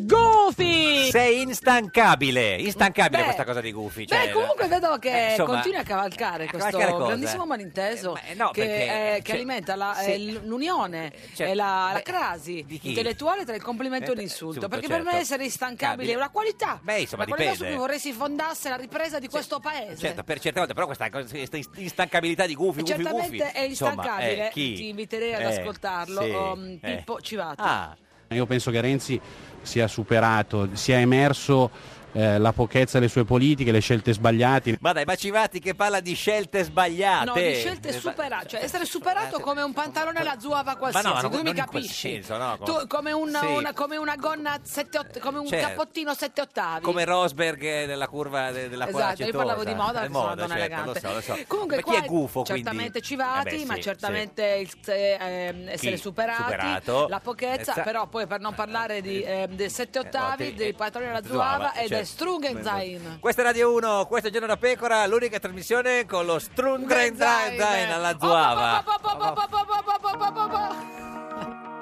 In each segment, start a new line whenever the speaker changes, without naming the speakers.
Goofy!
Sei instancabile, instancabile
Beh,
questa cosa di cioè, Gufi.
Beh, comunque vedo che continui a cavalcare
eh, a
questo
cavalcare cosa?
grandissimo malinteso
Eh, ma- no,
che,
perché,
eh, che
cioè,
alimenta la-
sì.
eh, l- l'unione
cioè,
e la,
beh,
la crasi
di chi?
intellettuale tra il complimento e
Eh,
l'insulto.
insulto,
perché per
certo.
me essere instancabile
Stabile.
è una qualità.
Beh, insomma,
una qualità su cui
dipende.
vorrei si fondasse la ripresa di questo paese.
Certo, per certe volte, però questa, cosa- questa instancabilità di Gufi,
E
Gufi, Gufi.
certamente è
insomma,
instancabile,
eh, chi?
ti inviterei ad
Eh,
ascoltarlo,
sì,
um,
eh.
Pippo Civati.
Ah,
Io penso che Renzi sia superato, sia emerso eh, la pochezza delle sue politiche, le scelte sbagliate.
ma dai, ma Civati che parla di scelte sbagliate.
No, di scelte
Eh, ma-
superate, cioè essere superato come un pantalone alla zuava qualsiasi,
ma non-
tu mi
non in quel
capisci?
senso, no? Com-
Tu come una,
Sì.
una- come una gonna sette ott- come un
Certo.
cappottino sette ottavi.
Come Rosberg eh, della curva de- della
Esatto,
quale
io parlavo di moda,
È
perché sono una
moda,
donna
certo,
elegante.
Lo so, lo so.
Comunque
ma
qua
chi è gufo quindi?
certamente Civati,
Eh beh,
ma
sì,
certamente il- se- ehm, essere superati,
superato.
la pochezza,
Esa-
però poi per non parlare di, ehm, dei sette ottavi,
te-
dei
eh,
pantaloni alla
Zuava,
zuava e
certo.
del Strungenzain.
sì. Questa è Radio 1, questo è Giorno da Pecora, l'unica trasmissione con lo Strungenzain alla Zuava.
Oh, po, po, po, po, po, po, po, po, po, po, po.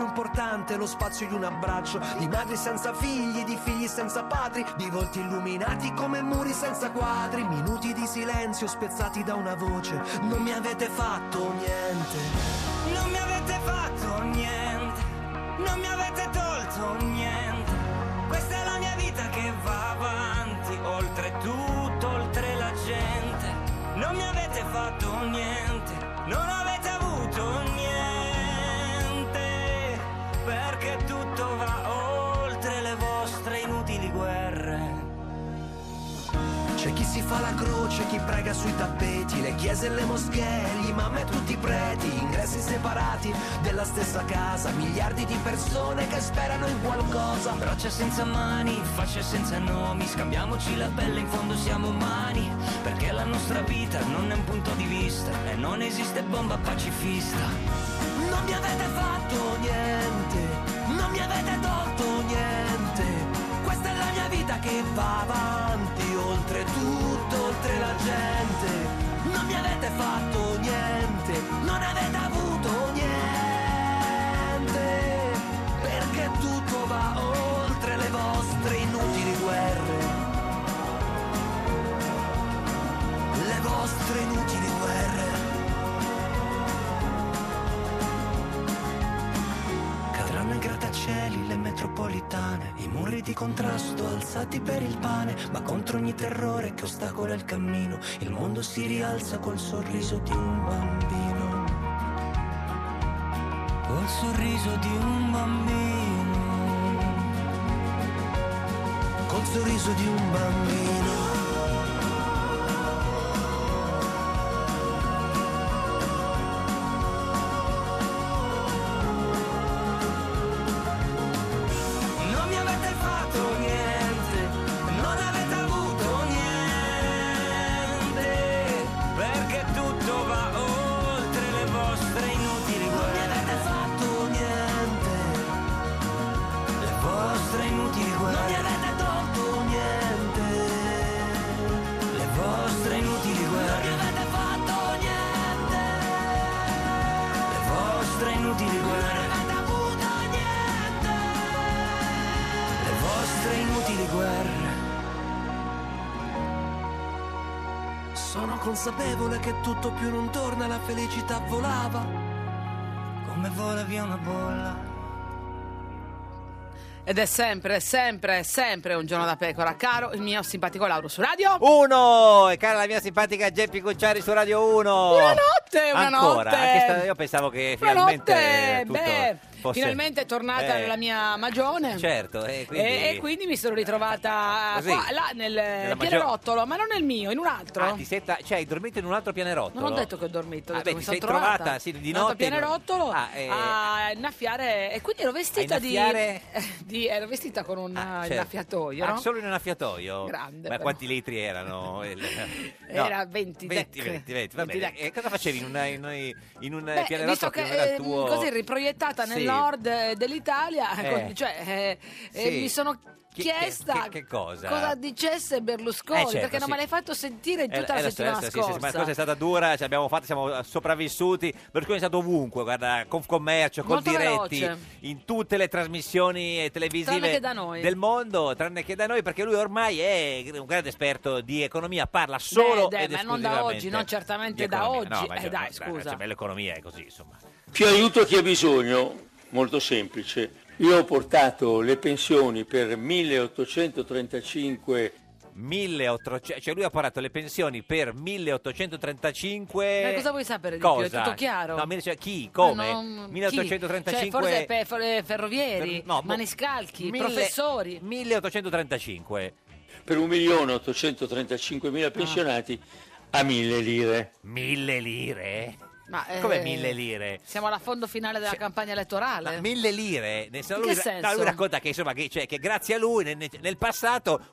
importante è lo spazio di un abbraccio, di madri senza figli, di figli senza padri, di volti illuminati come muri senza quadri, minuti di silenzio spezzati da una voce, non mi avete fatto niente.
Non mi avete fatto niente, non mi avete tolto niente. Questa è la mia vita che va avanti, oltre tutto, oltre la gente. Non mi avete fatto niente, non avete avuto niente. Perché tutto va oltre le vostre inutili guerre.
C'è chi si fa la croce, chi prega sui tappeti, le chiese e le moschee, gli imam e tutti i preti, ingressi separati della stessa casa, miliardi di persone che sperano in qualcosa.
Braccia senza mani, facce senza nomi, scambiamoci la pelle, in fondo siamo umani, perché la nostra vita non è un punto di vista e non esiste bomba pacifista.
Non mi avete fatto niente, non mi avete tolto niente, questa è la mia vita che va avanti, oltre tutto, oltre la gente. Non mi avete fatto niente, non avete avuto niente, perché tutto va oltre le vostre inutili guerre. Le vostre inutili guerre. Cadranno i grattacieli, le metropolitane, i muri di contrasto alzati per il pane, ma contro ogni terrore che ostacola il cammino, il mondo si rialza col sorriso di un bambino.
Col sorriso di un bambino.
Col sorriso di un bambino.
Non mi avete fatto niente, non avete avuto niente, perché tutto va oltre le vostre inutili guerre. Non mi avete fatto niente, le vostre inutili guerre. Non mi avete tolto niente, le vostre inutili guerre. Non mi avete fatto niente, le vostre inutili guerre. Non avete avuto niente le vostre inutili guerre.
Sono consapevole che tutto più non torna, la felicità volava.
Come vola via una bolla.
Ed è sempre, sempre, sempre un giorno da pecora, caro il mio simpatico Lauro su radio.
Uno! E cara la mia simpatica Geppi Gucciari su Radio 1.
Una notte, una
Ancora?
notte.
Anche sta- io pensavo che
Una
finalmente
notte,
tutto
beh,
fosse-
finalmente è tornata
Eh,
la mia magione.
Certo, e quindi...
E, e quindi mi sono ritrovata
Così.
qua, là, nel
maggior-
pianerottolo, ma non nel mio, in un altro.
Ah, ti senta... Cioè, hai dormito in un altro pianerottolo?
Non ho detto che ho dormito, ho
Ah,
detto
beh,
che mi
ti
sono
sei
trovata,
trovata, sì, di
in un altro
notte in-
pianerottolo
Ah, eh,
a innaffiare e quindi ero vestita di,
innaffiare?
di- ero vestita con un
Ah, certo.
innaffiatoio,
Ah,
no?
solo in un affiatoio?
Grande,
Ma
però.
quanti litri erano? Il- no.
Era 20
20,
deck.
20, 20, va
20
bene.
deck.
E cosa facevi in, una, in, in un
Beh,
pianerottolo
visto che
non era il
ehm,
tuo...
così riproiettata
Sì.
nel nord eh, dell'Italia,
Eh.
con- cioè, eh, eh,
Sì.
mi sono
Chi- che-
chiesta
che- che cosa?
dicesse Berlusconi,
Eh, certo,
perché non
sì. Eh,
me l'hai fatto sentire in tutta la settimana
sì, sì, sì, ma la
scorsa.
cosa è stata dura, ci abbiamo fatto, siamo sopravvissuti. Berlusconi è stato ovunque, guarda, Confcommercio, con
Molto
diretti,
veloce.
in tutte le trasmissioni eh,
Tranne
televisive
che da noi.
del mondo, tranne che da noi, perché lui ormai è un grande esperto di economia, parla solo
Beh, dai,
ed
ma non da
esclusivamente
oggi, non certamente
di
da
economia.
oggi.
No, ma
Eh,
io-
dai,
no,
scusa.
cioè, beh, l'economia è così, insomma.
Più aiuto a chi ha bisogno? Molto semplice. Io ho portato le pensioni per 1835
1800, cioè lui ha parato le pensioni per 1835
Ma Eh, cosa vuoi sapere di più? È
Cosa?
tutto chiaro.
No, mi dice chi, come?
Ma non- chi?
1835
Cioè, forse per- per- ferrovieri,
Per- no, mo-
maniscalchi,
mille-
professori.
1835
per 1.835.000 pensionati a 1.000 lire.
mille lire
Ma, eh,
come mille lire
Siamo alla fondo finale della campagna elettorale.
mille lire nel senso,
Eh. In
lui,
che
no,
senso?
lui racconta che, insomma, che, cioè, che grazie a lui nel, nel passato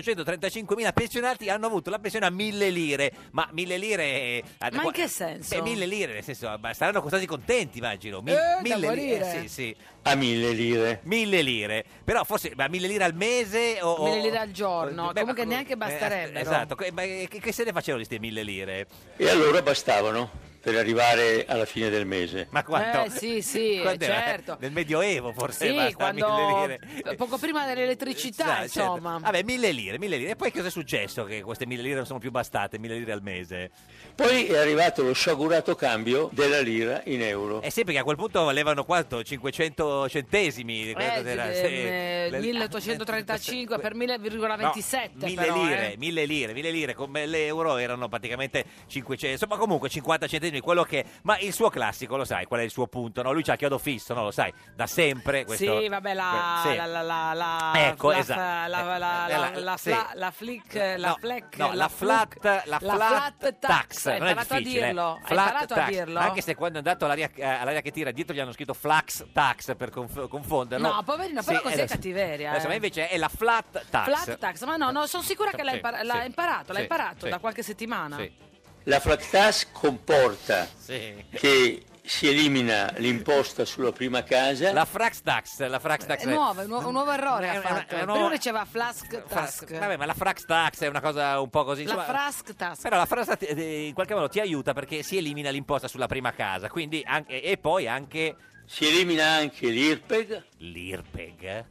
1.835.000 pensionati hanno avuto la pensione a mille lire ma mille lire eh, ad-
Ma in
qua-
che senso?
Beh, mille lire nel senso ma saranno costati contenti immagino Mi-
Eh, da
mille lire
morire.
eh, sì, sì.
A 1.000 lire.
Mille lire, però forse ma mille lire al mese o... o-
Mille lire al giorno,
Oh, Beh,
comunque
ma-
neanche
eh,
basterebbero.
Esatto, que- ma che, che se ne facevano di queste mille lire?
E allora bastavano per arrivare alla fine del mese.
Ma quanto?
Eh, sì, sì,
Quando era?
certo.
Nel Medioevo forse
Sì,
basta
quando- eh,
mille lire.
poco prima dell'elettricità,
Esatto, certo.
insomma.
Vabbè, mille lire, mille lire. E poi cosa è successo? Che queste mille lire non sono più bastate, mille lire al mese.
Poi è arrivato lo sciagurato cambio della lira in euro.
Eh sì, perché a quel punto valevano quanto? 500 centesimi?
Eh,
Quella era-
eh,
sì.
eh,
Le-
1835 per 1,27
No, mille
però,
lire,
eh.
mille lire, mille lire, come l'euro erano praticamente 500, insomma comunque 50 centesimi, quello che... Ma il suo classico, lo sai, qual è il suo punto, no? Lui c'ha il chiodo fisso, no? Lo sai, da sempre eh, questo...
Sì, vabbè, la,
que- sì.
la, la, la, la,
Ecco,
la-
esatto.
la- la- la-
Eh, eh,
la-
la-
la
sì.
fla- la flick, eh, la
No,
fleck,
no, la
fluc,
flat, la flat tax,
Hai
non è
imparato a
difficile, eh.
dirlo, hai
Flat
imparato a
tax.
dirlo.
Anche se quando è andato all'aria, eh, all'aria che tira dietro gli hanno scritto flax tax per conf- confonderlo.
No, poverino, però così è
adesso-
cattiveria,
adesso,
eh.
ma invece è la flat tax.
Flat tax, ma no, no, sono sicura che l'ha,
Sì,
impar-
sì,
l'ha imparato, l'ha
sì,
imparato
sì.
da qualche settimana.
Sì.
La flat tax comporta
Sì.
che si elimina l'imposta sulla prima casa.
La frax tax, la frax tax
È nuovo, è un nuovo, un nuovo errore
Cioè, È
ha
una- è una
fatto. Prima
nuova-
diceva flask
Frax-
task.
Vabbè, ma la frax tax è una cosa un po' così.
La
insomma-
frask task.
Però la frase in qualche modo ti aiuta perché si elimina l'imposta sulla prima casa, quindi anche- e poi anche
Si elimina anche l'IRPEG.
l'IRPEG. eh?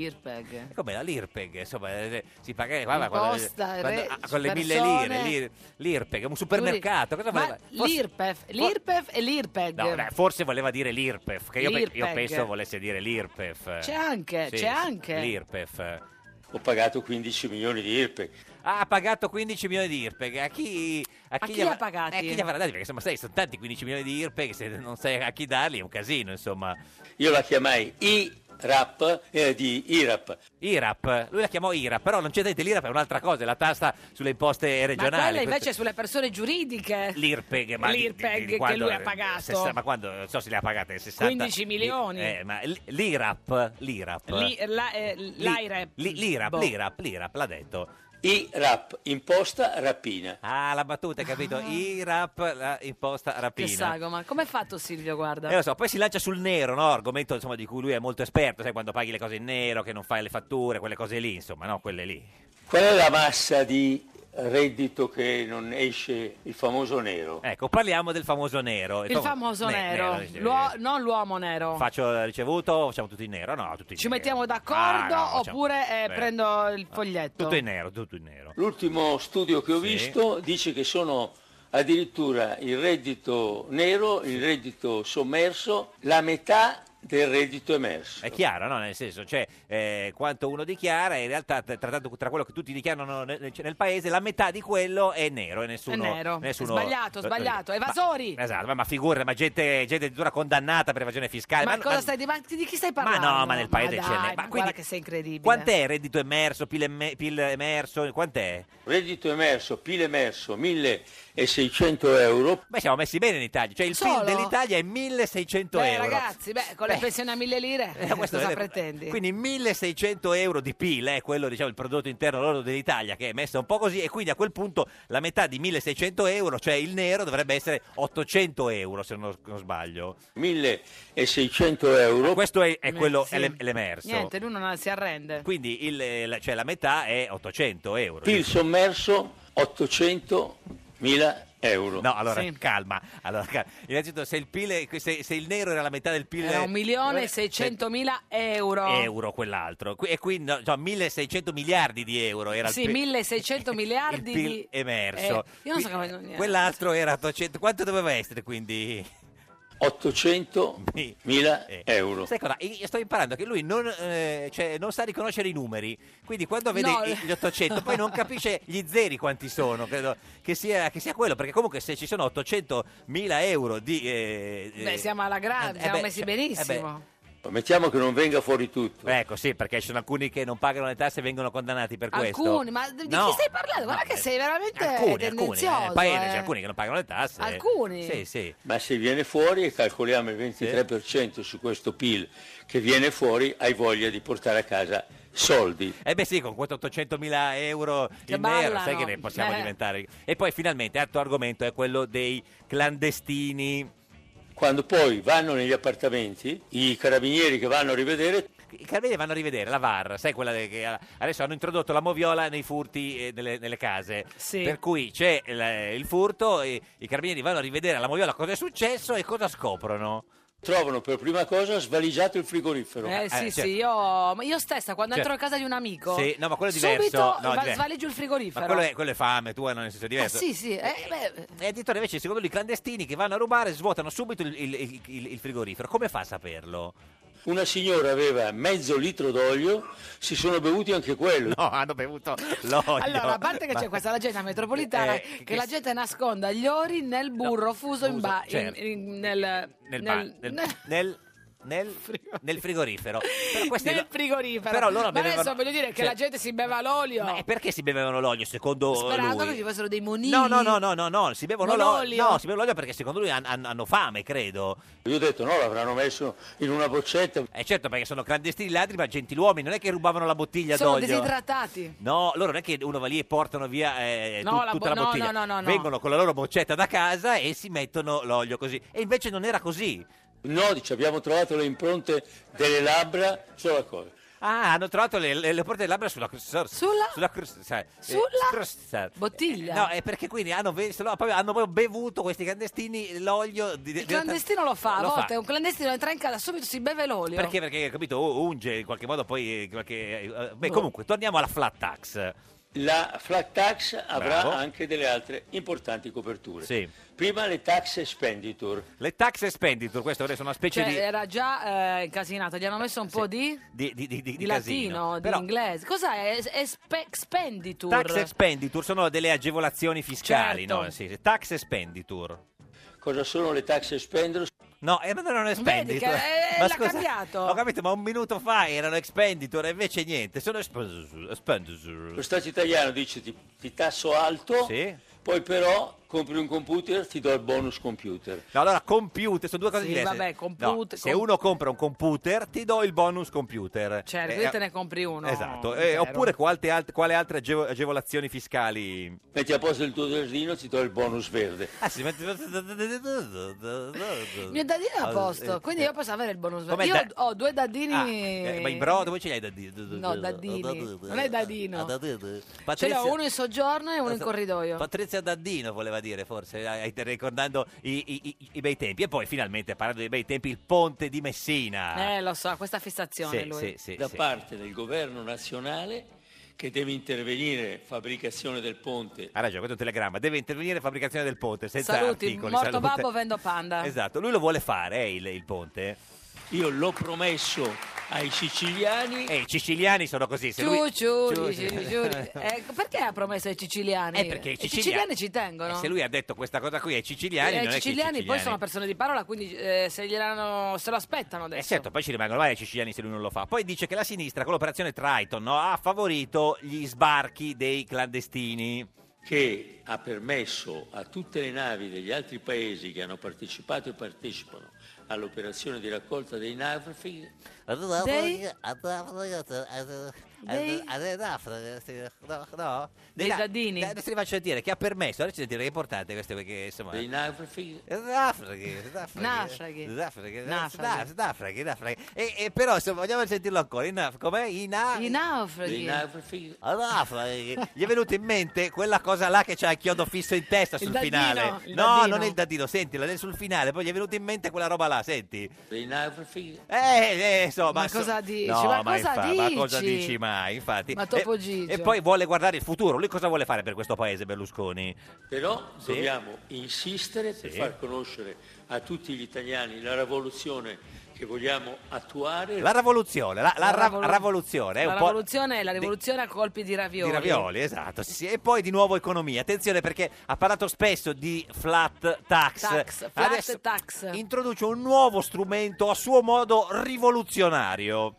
L'IRPEG.
Com'è la l'IRPEG? Insomma, eh, si paga guarda,
Imposta, re-
ah, con le mille
persone.
lire, l'IR- l'IRPEG, un supermercato, cosa
Ma
voleva? Forse-
l'IRPEF,
for-
l'IRPEF e l'IRPEG.
No, dai, forse voleva dire l'IRPEF, che io, pe- io
L'IRPEG.
penso volesse dire l'IRPEF.
C'è anche,
Sì,
c'è
sì,
anche.
L'IRPEF.
Ho pagato 15 milioni di IRPEG.
ha pagato 15 milioni di IRPEG. A chi,
A chi
gli
li
avrà-
ha pagati?
eh, A chi li avrà dati? Perché insomma, sai, sono tanti 15 milioni di IRPEG, se non sai a chi darli è un casino, insomma.
Io la chiamai IRAP eh, di IRAP.
IRAP, lui la chiamò IRAP, però non c'è niente, l'IRAP è un'altra cosa, è la tassa sulle imposte
Ma
regionali.
quella invece è
Questo-
sulle persone giuridiche.
L'IRPEG, ma di-
L'IRPEG
di- di
che
quando-
lui ha pagato.
sessa- ma quando, non so se le ha pagate, 60
15 milioni.
Eh, ma l- l'IRAP, l'IRAP.
Li- la- eh, L'IREP.
Li- L'IRAP,
Boh.
l'IRAP, l'IRAP, l'ha detto.
IRAP, imposta rapina.
Ah, la battuta, hai capito? IRAP, la imposta rapina.
Che sago, ma come è fatto Silvio, guarda?
Eh, lo so, poi si lancia sul nero, no? Argomento insomma, di cui lui è molto esperto, sai, quando paghi le cose in nero, che non fai le fatture, quelle cose lì, insomma, no, quelle lì.
Qual è la massa di reddito che non esce il famoso nero?
Ecco, parliamo del famoso nero.
Il famoso
Ne-
nero,
dice-
L'uo- non l'uomo nero.
Faccio il ricevuto, facciamo tutto in nero, no? Tutto in
Ci
nero.
mettiamo d'accordo
Ah, no, facciamo-
oppure eh,
Beh,
prendo il foglietto?
Tutto in nero, tutto in nero.
L'ultimo studio che ho
Sì.
visto dice che sono addirittura il reddito nero, il reddito sommerso, la metà del reddito emerso.
È chiaro, no? Nel senso, cioè, eh, quanto uno dichiara, in realtà, tra, tra, tra quello che tutti dichiarano nel, nel- nel paese, la metà di quello è nero e nessuno.
è nero.
nessuno-
sbagliato,
lo- lo-
sbagliato. Evasori!
Ma, esatto, ma, ma figure, ma gente, gente addirittura condannata per evasione fiscale.
ma,
no-
cosa stai di, ma di chi stai parlando?
no, eh, ma nel paese
dai,
ce n'è. Ma
Ma guarda
quindi-
che sei incredibile.
Quant'è il reddito emerso, PIL, emme- PIL emerso? Quant'è?
Reddito emerso, PIL emerso, 1600 euro.
Beh, siamo messi bene in Italia, cioè il
Solo?
PIL dell'Italia è 1600
Beh,
euro.
ragazzi, beh, con le pensioni a mille lire,
Eh, questo
cosa
è-
pretendi?
Quindi 1600 euro di PIL è quello, diciamo, il prodotto interno lordo dell'Italia che è messo un po' così e quindi a quel punto la metà di 1600 euro, cioè il nero, dovrebbe essere 800 euro se non, non sbaglio.
1600 euro.
Questo è, è
Eh,
quello,
sì.
è l'em- l'emerso.
Niente, lui non si arrende.
Quindi il, eh, la, cioè la metà è 800 euro.
PIL sommerso 800.000 euro.
No, allora
Sì.
calma. Allora, calma. Innanzitutto, se il, PIL, è- se, se il nero era la metà del PIL,
Era un milione e seicentomila euro.
Eh, euro quell'altro Qui- e quindi no, cioè, 1600 miliardi di euro era
Sì,
il PIL,
1600
il
miliardi
PIL
di... Eh,
emerso
io non so come... niente.
quell'altro era 800 quanto doveva essere quindi
800.000 euro.
Eh. sai cosa io sto imparando che lui non, eh, cioè, non sa riconoscere i numeri quindi quando vede
No.
i- gli 800 poi non capisce gli zeri quanti sono credo che sia, che sia quello perché comunque se ci sono 800 mila euro di eh, eh,
Beh, siamo alla grande,
eh,
siamo
beh,
messi
cioè,
benissimo.
Mettiamo che non venga fuori tutto.
ecco sì perché ci sono alcuni che non pagano le tasse e vengono condannati per questo
Alcuni, ma di
No. eh,
chi stai parlando? Guarda che sei veramente
alcuni, alcuni,
tendenzioso.
eh, nel paese c'è
eh.
alcuni che non pagano le tasse.
Alcuni?
Sì, sì.
Ma se viene fuori e calcoliamo il 23% su questo PIL che viene fuori, hai voglia di portare a casa soldi.
Eh beh sì, con 800 mila euro
Che
in nero, sai
ballano.
che ne possiamo
Eh.
diventare. E poi finalmente, altro argomento è quello dei clandestini.
Quando poi vanno negli appartamenti, i carabinieri che vanno a rivedere
I carabinieri vanno a rivedere la VAR, sai quella de- che adesso hanno introdotto la moviola nei furti eh, nelle, nelle case. Per cui c'è il, il furto, e i carabinieri vanno a rivedere la moviola cosa è successo e cosa scoprono.
trovano per prima cosa svaligiato il frigorifero.
Eh, sì,
cioè-
sì, io, ma io stessa quando
Cioè-
entro a casa di un amico,
Sì, no, ma quello è diverso,
subito
no, è
va-
diverso.
svaliggio il
Ma
frigorifero.
quello è, quello è fame, tu hanno nel senso
Ah,
diverso.
sì, sì, eh, beh,
E addirittura invece, secondo lui, i clandestini che vanno a rubare svuotano subito il, il- il- il- il frigorifero. Come fa a saperlo?
Una signora aveva mezzo litro d'olio, si sono bevuti anche quello.
No, hanno bevuto l'olio.
Allora, a parte che
Ma-
c'è questa leggenda metropolitana
Eh,
che,
che-
la gente nasconda gli ori nel burro fuso in ba- in-
certo.
in- nel,
Nel, ba- nel, nel, nel- nel frigorifero. Però questi
nel frigorifero.
Però loro
ma adesso
bevevano-
voglio dire che
cioè-
la gente si beva l'olio
E perché si bevevano l'olio, secondo
sperando che
lui?
ci fossero dei monini.
No, no, no, no, no, no, si bevono
Non
l'olio.
l'olio?
No, si bevono l'olio perché secondo lui han- han- hanno fame, credo.
Io ho detto no, l'avranno messo in una boccetta.
Eh certo, perché sono clandestini ladri, ma gentiluomini, non è che rubavano la bottiglia
Sono
d'olio.
disidratati.
No, loro non è che uno va lì e portano via eh,
No,
tut-
la bo-
tutta la
no,
bottiglia.
no, no, no, no.
Vengono con la loro boccetta da casa e si mettono l'olio così. E invece non era così.
No, dice abbiamo trovato le impronte delle labbra sulla cosa.
Ah, hanno trovato le, le, le porte di labbra sulla crust-
Sulla?
sulla crust- sai, eh,
Sulla?
crust-
Bottiglia.
No, è perché quindi hanno, ve- se no, proprio- hanno proprio bevuto questi clandestini l'olio di,
Il clandestino lo fa, a
Lo fa.
volte un clandestino entra in casa subito si beve l'olio.
Perché? Perché, capito, u- unge in qualche modo poi eh, qualche... eh, Beh,
Boh.
comunque, torniamo alla flat tax.
La flat tax avrà
Bravo.
anche delle altre importanti coperture.
Sì.
Prima le tax expenditure.
Le tax expenditure, questo adesso è una specie
Cioè,
di...
era già eh, incasinato, gli hanno messo un po' di,
di, di- di- di-
di
di casino.
latino, di
Però
inglese. Cos'è? Es- espe- expenditure.
tax expenditure sono delle agevolazioni fiscali,
Certo.
no? Sì, sì, tax expenditure.
Cosa sono le tax expenditure?
No, eh, ma non erano
Vedi
expenditure.
che eh,
Ma
l'ha
scusa, Ho
cambiato.
capito, ma un minuto fa erano expenditure e invece niente, sono expenditure.
Lo
expenditure.
Stato italiano dice ti, ti tasso alto, poi però compri un computer, ti do il bonus computer.
No, allora computer, sono due cose
Sì,
diverse.
vabbè,
No,
computer-
se
com-
uno compra un computer, ti do il bonus computer.
Certo,
Eh,
io te ne compri uno.
Esatto, eh,
vero.
oppure quante alt- quale altre agevo- agevolazioni fiscali?
Metti a posto il tuo giardino, ti do il bonus verde.
Ah, sì, metti-
Il mio dadino è a
Ah,
posto,
eh,
quindi io posso avere il bonus.
Com'è
io
da-
ho due dadini.
eh, ma in bro dove ce l'hai da dire?
No, dadini. Non è
ah,
dadino. Ce l'ho uno in soggiorno e uno in corridoio.
Patrizia Daddino voleva dire forse, eh, ricordando i, i- i- i bei tempi. E poi finalmente, parlando dei bei tempi, il ponte di Messina.
Eh, lo so, questa fissazione
Sì,
lui.
sì, sì,
da
sì.
parte del governo nazionale che deve intervenire fabbricazione del ponte.
Ha ragione, questo è un telegramma. Deve intervenire fabbricazione del ponte senza
Saluti,
articoli. Esatto,
morto
salute.
babbo, vendo panda.
Esatto, lui lo vuole fare eh, il, il ponte.
Io l'ho promesso ai siciliani.
E Eh, i siciliani sono così. Se
Ciu,
lui,
ciu,
Ciu-
dici, ciu, dici. Eh, perché ha promesso ai siciliani?
Eh, perché i
I
siciliani-
siciliani ci tengono.
Eh, se lui ha detto questa cosa qui ai siciliani,
Eh,
non
I
è che
siciliani
i
poi sono persone di parola, quindi eh, se, gliel'hanno- se lo aspettano
Eh
adesso.
certo, poi ci rimangono male ai siciliani se lui non lo fa. Poi dice che la sinistra con l'operazione Triton no, ha favorito gli sbarchi dei clandestini.
Che ha permesso a tutte le navi degli altri paesi che hanno partecipato e partecipano all'operazione di raccolta dei naufraghi
Dei-
Dei-
No, no.
Dei ladini. Adesso ti faccio sentire che ha permesso. Adesso sentire che è importante questo perché insomma.
Dei naufraghi.
Naufraghi. naufraghi,
Naufraghi.
Naufraghi.
Naufraghi.
Naufraghi. Naufraghi. naufraghi. E, e però insomma, vogliamo sentirlo ancora. I nauf- com'è? I na-
I naufraghi.
I naufraghi. Ah, naufraghi. Gli è venuto in mente quella cosa là che c'ha il chiodo fisso in testa
Il
sul
dadino,
finale.
il
no,
dadino.
non è il dadino, sentila, è sul finale. Poi gli è venuta in mente quella roba là, senti.
dei naufraghi.
Eh, eh, insomma,
Ma cosa dici?
No,
Ma
ma,
cosa
infa- ma cosa
dici?
dici mai? Infatti.
Ma Topo
E-
Gigio.
E, poi vuole guardare il futuro. Lui cosa vuole fare per questo paese, Berlusconi?
Però
Sì.
dobbiamo insistere per
Sì.
far conoscere a tutti gli italiani la rivoluzione che vogliamo attuare.
La rivoluzione, la, la
La
ra-
ravolu-
rivoluzione, è
la
un po'
rivoluzione è la rivoluzione a colpi di ravioli.
di ravioli, esatto. sì, sì. E poi di nuovo economia. Attenzione perché ha parlato spesso di flat tax.
Tax, flat
Adesso
tax.
introduce un nuovo strumento a suo modo rivoluzionario.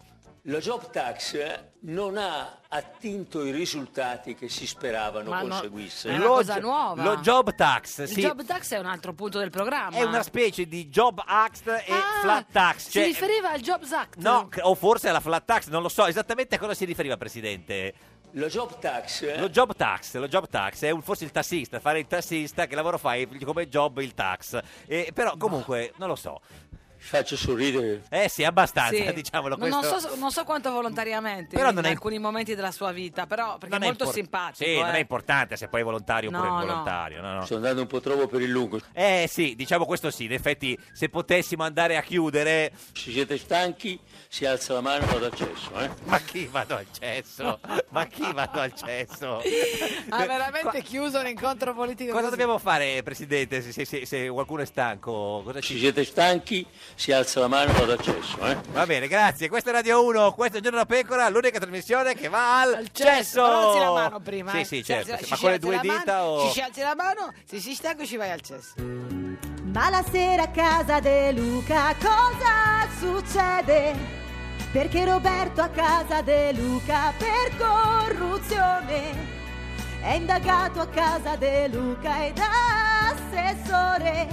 La job tax eh, non ha attinto i risultati che si speravano
Ma no,
conseguisse.
è una Lo cosa gio- nuova.
Lo job tax,
Il
sì.
job tax è un altro punto del programma.
È una specie di job act e
Ah,
flat tax.
Si
cioè-
riferiva al Jobs Act.
No, c- o forse alla flat tax, non lo so esattamente a cosa si riferiva, Presidente.
Lo job tax? eh?
Lo job tax, lo job tax è un- forse il tassista, fare il tassista, che lavoro fai come job il tax. Eh, però comunque, non lo so.
Faccio sorridere.
Eh sì, abbastanza,
Sì.
diciamolo.
Non,
Questo...
non so, non so quanto volontariamente
Però
in
non è-
alcuni momenti della sua vita, però perché
non
è molto
impor-
simpatico.
Sì,
eh.
non è importante se poi è volontario
No,
oppure
no.
involontario. No, no.
Sto andando un po' troppo per il lungo.
Eh sì, diciamo questo sì, in effetti se potessimo andare a chiudere...
Se siete stanchi, si alza la mano e vado al cesso. Eh?
Ma chi vado al cesso? Ma chi vado al cesso?
Ha Ah, veramente chiuso un incontro politico.
Cosa
così.
dobbiamo fare, Presidente, se, se- se- se qualcuno è stanco? Cosa
Se
ci...
siete stanchi, si alza la mano e vado al cesso. Eh?
Va bene, grazie. Questa è Radio 1, questo è Giorno da Pecora, l'unica trasmissione che va al,
Al
cesso.
Però alzi la mano prima.
Sì,
eh.
sì,
Si
certo.
alzi la-
Ma
ci
con le
si
due
alzi la
dita
mano,
o...
Ci si alzi la mano, se si stanco ci vai al cesso.
Ma la sera a casa De Luca cosa succede? Perché Roberto a casa De Luca per corruzione è indagato a casa De Luca ed assessore.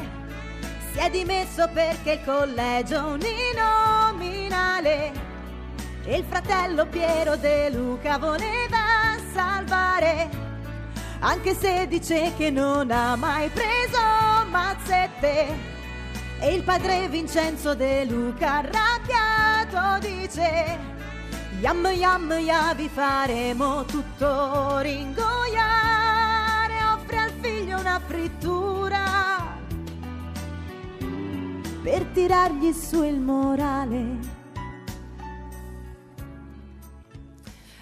Si è dimesso perché il collegio è uninominale e il fratello Piero De Luca voleva salvare anche se dice che non ha mai preso mazzette. E il padre Vincenzo De Luca arrabbiato dice, yam yam ya vi faremo tutto ringoiare, offre al figlio una frittura per tirargli su il morale.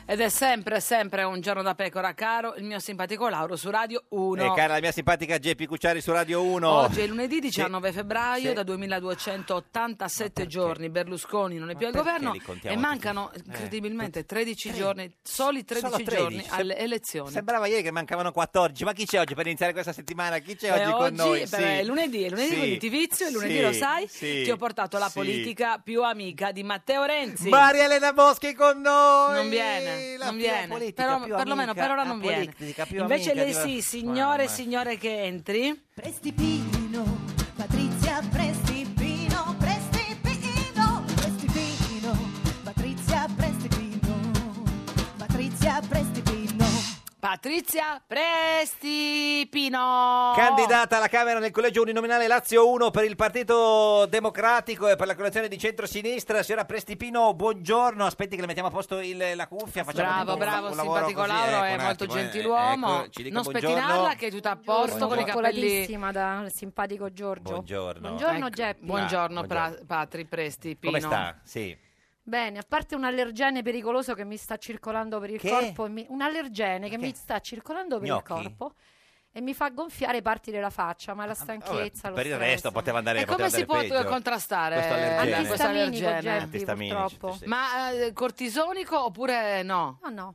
Ed è sempre, sempre un giorno da pecora, caro il mio simpatico Lauro su Radio 1.
E Eh, cara la mia simpatica Geppi Cucciari su Radio 1.
Oggi è lunedì 19 febbraio,
Sì. Ah,
da 2287 giorni Berlusconi non è più al
perché
governo
li contiamo
e
tutti?
mancano
Eh.
incredibilmente 13 giorni, soli 13,
Solo 13,
giorni
sem-
alle elezioni.
Sembrava ieri che mancavano 14, ma chi c'è oggi per iniziare questa settimana? Chi c'è
Eh,
oggi con noi?
beh,
Sì.
è lunedì, è lunedì,
Sì.
quindi ti vizio, è lunedì
Sì,
lo sai,
sì,
ti ho portato la
sì.
politica più amica di Matteo Renzi.
Maria Elena Boschi con noi!
Non viene, non viene, però,
più
perlomeno
amica,
per ora
la
non viene.
politica più
Invece
amica di-
lei sì, signore e
Mamma.
signore che entri.
Prestipino, Patrizia Prestipino, Prestipino, Prestipino, Patrizia Prestipino, Patrizia Prestipino.
Patrizia Prestipino.
Candidata alla Camera nel collegio uninominale Lazio 1 per il Partito Democratico e per la coalizione di centrosinistra. Signora Prestipino, buongiorno. Aspetti che le mettiamo a posto il- la cuffia. Facciamo
Bravo,
tipo un-
bravo,
un lavoro
simpatico
così.
Lauro,
Ecco,
è
un
molto
attimo, eh,
gentiluomo.
ecco, ci dica
non
buongiorno.
spettinarla che è tutta a posto con i capelli.
Coccolatissima dal simpatico Giorgio.
Buongiorno.
Buongiorno
Ecco,
Geppi.
Buongiorno, Pra- Patri Prestipino.
Come sta? Sì.
Bene, a parte un allergene pericoloso che mi sta circolando per il
Che?
corpo, e mi- un allergene che, mi sta circolando per
Gnocchi?
il corpo e mi fa gonfiare parti della faccia, ma la stanchezza, lo
Ah, per il
stress.
resto poteva andare
E
poteva
come si può
andare peggio. Questo
contrastare
allergene.
eh, questa
Antistaminico,
allergene?
Geppi, Antistaminici, purtroppo. sì, sì.
Ma eh, cortisonico oppure no?
No, no.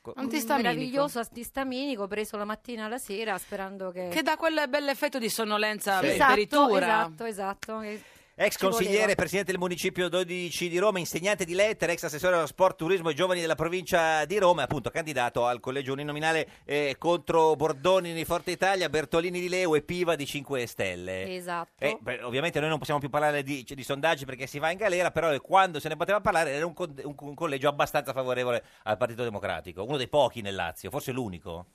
Co-
Antistaminico.
meraviglioso antistaminico preso la mattina alla sera sperando che...
Che dà quel bell'effetto di sonnolenza
Sì.
per
Esatto,
peritura.
esatto, esatto. che
Ex
ci voleva.
consigliere, presidente del municipio 12 di Roma, insegnante di lettere, ex assessore allo sport, turismo e giovani della provincia di Roma, appunto candidato al collegio uninominale eh, contro Bordoni di Forte Italia, Bertolini di Leo e Piva di 5 Stelle.
Esatto.
Eh, beh, ovviamente noi non possiamo più parlare di, cioè, di sondaggi perché si va in galera, però eh, quando se ne poteva parlare era un, con- un- un collegio abbastanza favorevole al Partito Democratico, uno dei pochi nel Lazio, forse l'unico.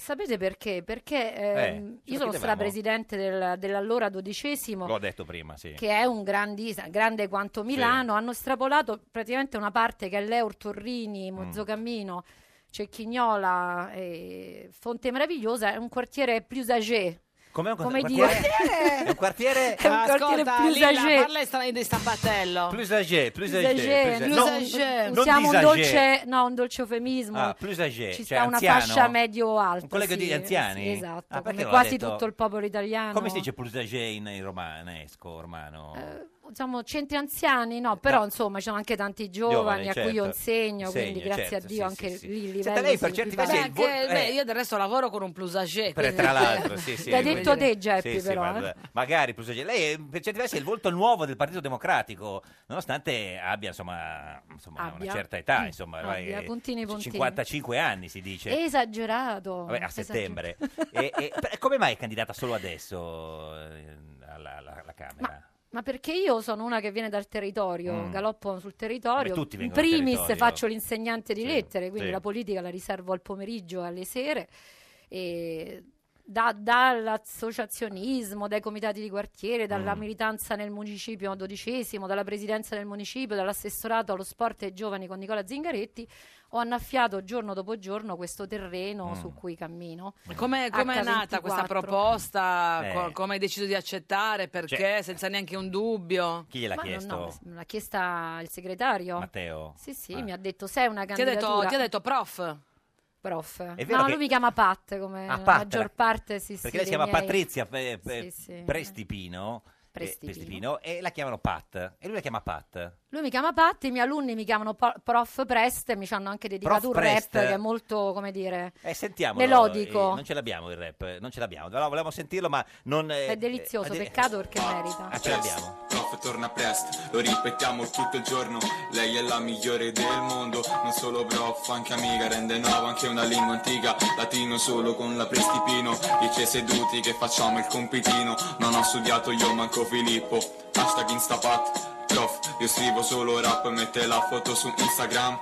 Sapete perché? Perché
Eh,
ehm,
perché
io sono
dobbiamo?
stata presidente del- dell'allora dodicesimo,
L'ho detto prima, sì.
Boh. che è un grandi- grande quanto Milano. Hanno strapolato praticamente una parte che è Leur
Mm.
Torrini, Mozzocammino, Cecchignola, e Fonte Meravigliosa, è un quartiere plus âgé.
Com'è un quartiere-
Come
quartiere-
dire?
È un quartiere...
È un
Ah,
quartiere
ascolta,
plus
Lilla,
âgé.
parla estra- di Stampatello.
Plus âgé, plus
Plus
âgé,
âgé,
plus âgé.
plus
No,
âgé.
non
usiamo un
disagé.
dolce, no, un dolce eufemismo.
Ah, plus âgé,
Ci
cioè
sta una
anziano?
fascia medio-alta.
Un collega
sì,
di anziani?
sì, esatto,
Ah, perché
come
l'ho
quasi
detto?
tutto il popolo italiano.
Come si dice plus âgé in, in romanesco, romano?
diciamo, centri anziani, no, però insomma ci sono anche tanti giovani,
Giovani,
a cui io
certo.
insegno,
Insegni,
quindi grazie
certo,
a
sì,
Dio anche
sì, sì.
lì il
Senta,
livello
Cioè, lei per certo
si
certi
ripara-
versi è
Beh,
il vol-
anche- beh,
eh.
io del resto lavoro con un plus âgé.
Per-
quindi-
tra l'altro, sì, sì.
L'hai eh, detto
quindi-
te, Geppi,
sì, sì,
però,
ma-
eh.
magari plus âgé. Lei eh, per certi versi è il volto nuovo del Partito Democratico, nonostante abbia insomma, insomma,
Abbia. Mm.
una certa età, insomma, ormai,
Abbia,
eh,
puntini, puntini. Esatto,
55 anni si dice.
Esagerato.
Vabbè, a
esagerato.
settembre. e, e- per- come mai è candidata solo adesso eh, alla, alla- alla Camera?
Ma perché io sono una che viene dal territorio,
Mm.
galoppo sul territorio.
Come tutti
In
vengono dal
primis
territorio.
faccio l'insegnante di lettere, quindi
sì.
la politica la riservo al pomeriggio, e alle sere. E da- dall'associazionismo, dai comitati di quartiere, dalla
Mm.
militanza nel municipio dodicesimo, dalla presidenza del municipio, dall'assessorato allo sport e giovani con Nicola Zingaretti, ho annaffiato giorno dopo giorno questo
Mm.
terreno su cui cammino.
Com'è, com'è
H24.
nata questa proposta?
Eh.
Co- come hai deciso di accettare? Perché?
Cioè-
senza neanche un dubbio?
Chi gliel'ha
Ma no, no, mi- me l'ha chiesta il segretario.
Matteo? Ah.
Sì, sì, mi ha detto sei una
Ti ha
candidatura.
detto, ti ha detto prof.
prof.
È vero
No,
che-
lui mi chiama Pat, come
Ah,
la
Pat,
maggior parte sì, sì,
Perché lei si
dei
chiama
miei-
Patrizia eh, eh,
Sì, sì.
Prestipino, eh,
Prestipino.
Prestipino, e la chiamano Pat e lui la chiama Pat.
Lui mi chiama Pat, i miei alunni mi chiamano po- Prof Prest, mi ci hanno anche dedicato
Prof
un rap
Prest.
che è molto, come dire,
Eh, sentiamolo.
melodico.
eh, non ce l'abbiamo il rap, eh, non ce l'abbiamo. Allora, volevamo sentirlo, ma non. eh,
È delizioso,
eh,
peccato perché merita.
Ah, ce l'abbiamo.
Prof torna presto, lo ripetiamo tutto il giorno Lei è la migliore del mondo Non solo prof, anche amica Rende nuova anche una lingua antica Latino solo con la prestipino Dice seduti che facciamo il compitino Non ho studiato io manco Filippo Hashtag Instapat Prof, io scrivo solo rap Mette la foto su Instagram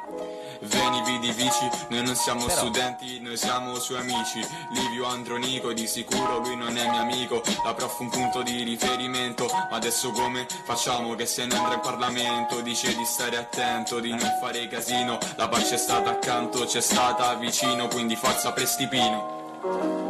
Vieni, vidi, vici, noi non siamo studenti, noi siamo suoi amici. Livio Andronico, di sicuro lui non è mio amico. La prof un punto di riferimento. Ma adesso come facciamo che se ne andrà in Parlamento? Dice di stare attento, di non fare casino. La pace è stata accanto, c'è stata vicino, quindi forza Prestipino.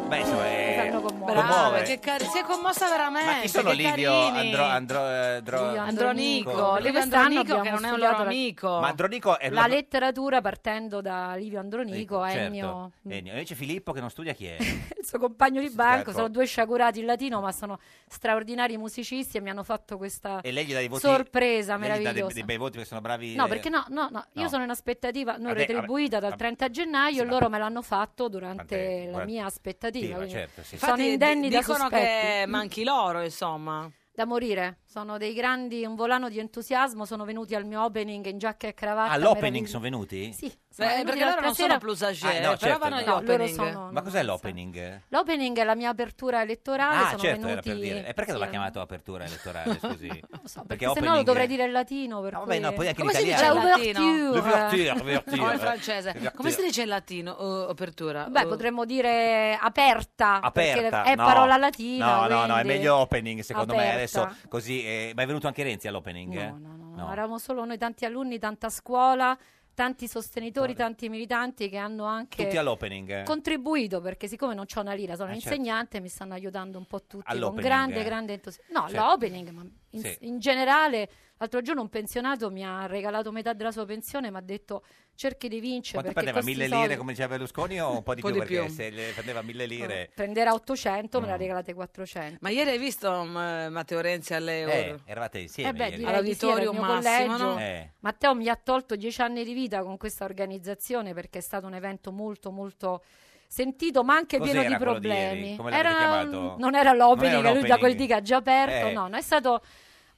Beh, insomma, è-
fanno
commuove.
Brava, che car- si è commossa veramente.
Ma chi sono
che
Livio
carini.
Andro, Andro- eh, Dro-
Livio
Andronico,
Andronico.
Livio
Quest'anno
Andronico che
abbiamo
non è un
studiato
loro
la-
amico.
Eh, Ma Andronico è
La letteratura partendo da Livio Andronico è il mio,
certo. Ennio. Invece Filippo che non studia chi è?
il suo compagno di banco,
Ecco.
sono due sciagurati in latino ma sono straordinari musicisti e mi hanno fatto questa
E lei gli dà dei voti
sorpresa
lei gli dà dei-
meravigliosa.
dei bei voti perché sono bravi.
No,
eh,
perché no, no, no, io
no.
sono in aspettativa non
Vabbè,
retribuita dal
vabbè,
30 gennaio e loro me l'hanno fatto durante la
guarda-
mia
sì, ma
aspettativa. quindi
certo, sì, sì.
Sono
Infatti,
indenni
di-
da
dicono che
sospetti.
manchi loro, insomma.
Da morire, sono dei grandi, un volano di entusiasmo, sono venuti al mio opening in giacca e cravatta.
All'opening
meravigli-
sono venuti?
Sì, sono
Beh,
venuti
Eh, perché loro
l'altra
non
sera.
sono plus âgé,
Ah, no,
però
certo,
vanno
no.
agli
No,
loro
opening.
sono-
Ma cos'è l'opening?
L'opening è la mia apertura elettorale,
Ah,
sono
certo, era
venuti...
per dire. E perché non
sì,
l'ha chiamato apertura elettorale, scusi?
perché se no lo dovrei dire in latino. Per
vabbè,
cui-
no, poi anche in
Come si dice
Cioè,
italiano.
L'ouverture.
L'ouverture, l'ouverture.
Come in
cioè-
francese.
L'ouverture.
Come si dice in latino? Oh, apertura.
Beh,
Oh.
potremmo dire aperta,
Aperta,
perché è
no.
parola latina.
No, no, no, è
quindi-
meglio opening secondo me
Aperta.
adesso così. eh, ma è venuto anche Renzi all'opening? eh?
No, eravamo solo noi, tanti alunni, tanta scuola, tanti sostenitori, tanti militanti che hanno anche
Tutti all'opening. eh?
contribuito perché siccome non c'ho una lira, sono
Eh, certo.
insegnante, mi stanno aiutando un po' tutti con
All'opening,
grande,
eh.
grande entusiasmo. No,
Certo.
l'opening, ma in,
Sì.
in generale L'altro giorno un pensionato mi ha regalato metà della sua pensione, mi ha detto cerchi di vincere.
Quanto
perché
prendeva?
questi
Mille
soldi-
lire come diceva Berlusconi o un po' di
Un
più?
po' di
perché
più. Ah,
se le prendeva mille lire...
Prenderà 800, me la regalate 400.
Ma ieri hai visto mm, Matteo Renzi all'Euro?
Eh, eravate insieme
Eh beh,
ieri.
direi di sì, era il mio
Massimo,
collegio.
no?
Eh.
Matteo mi ha tolto dieci anni di vita con questa organizzazione perché è stato un evento molto, molto sentito, ma anche
Cos'era
pieno di
quello di ieri?
problemi. mm,
Come l'avete chiamato?
non era
Non era
l'opening,
un
che lui da
opening.
quel dì che ha già aperto,
Eh. Mm.
no, no, è stato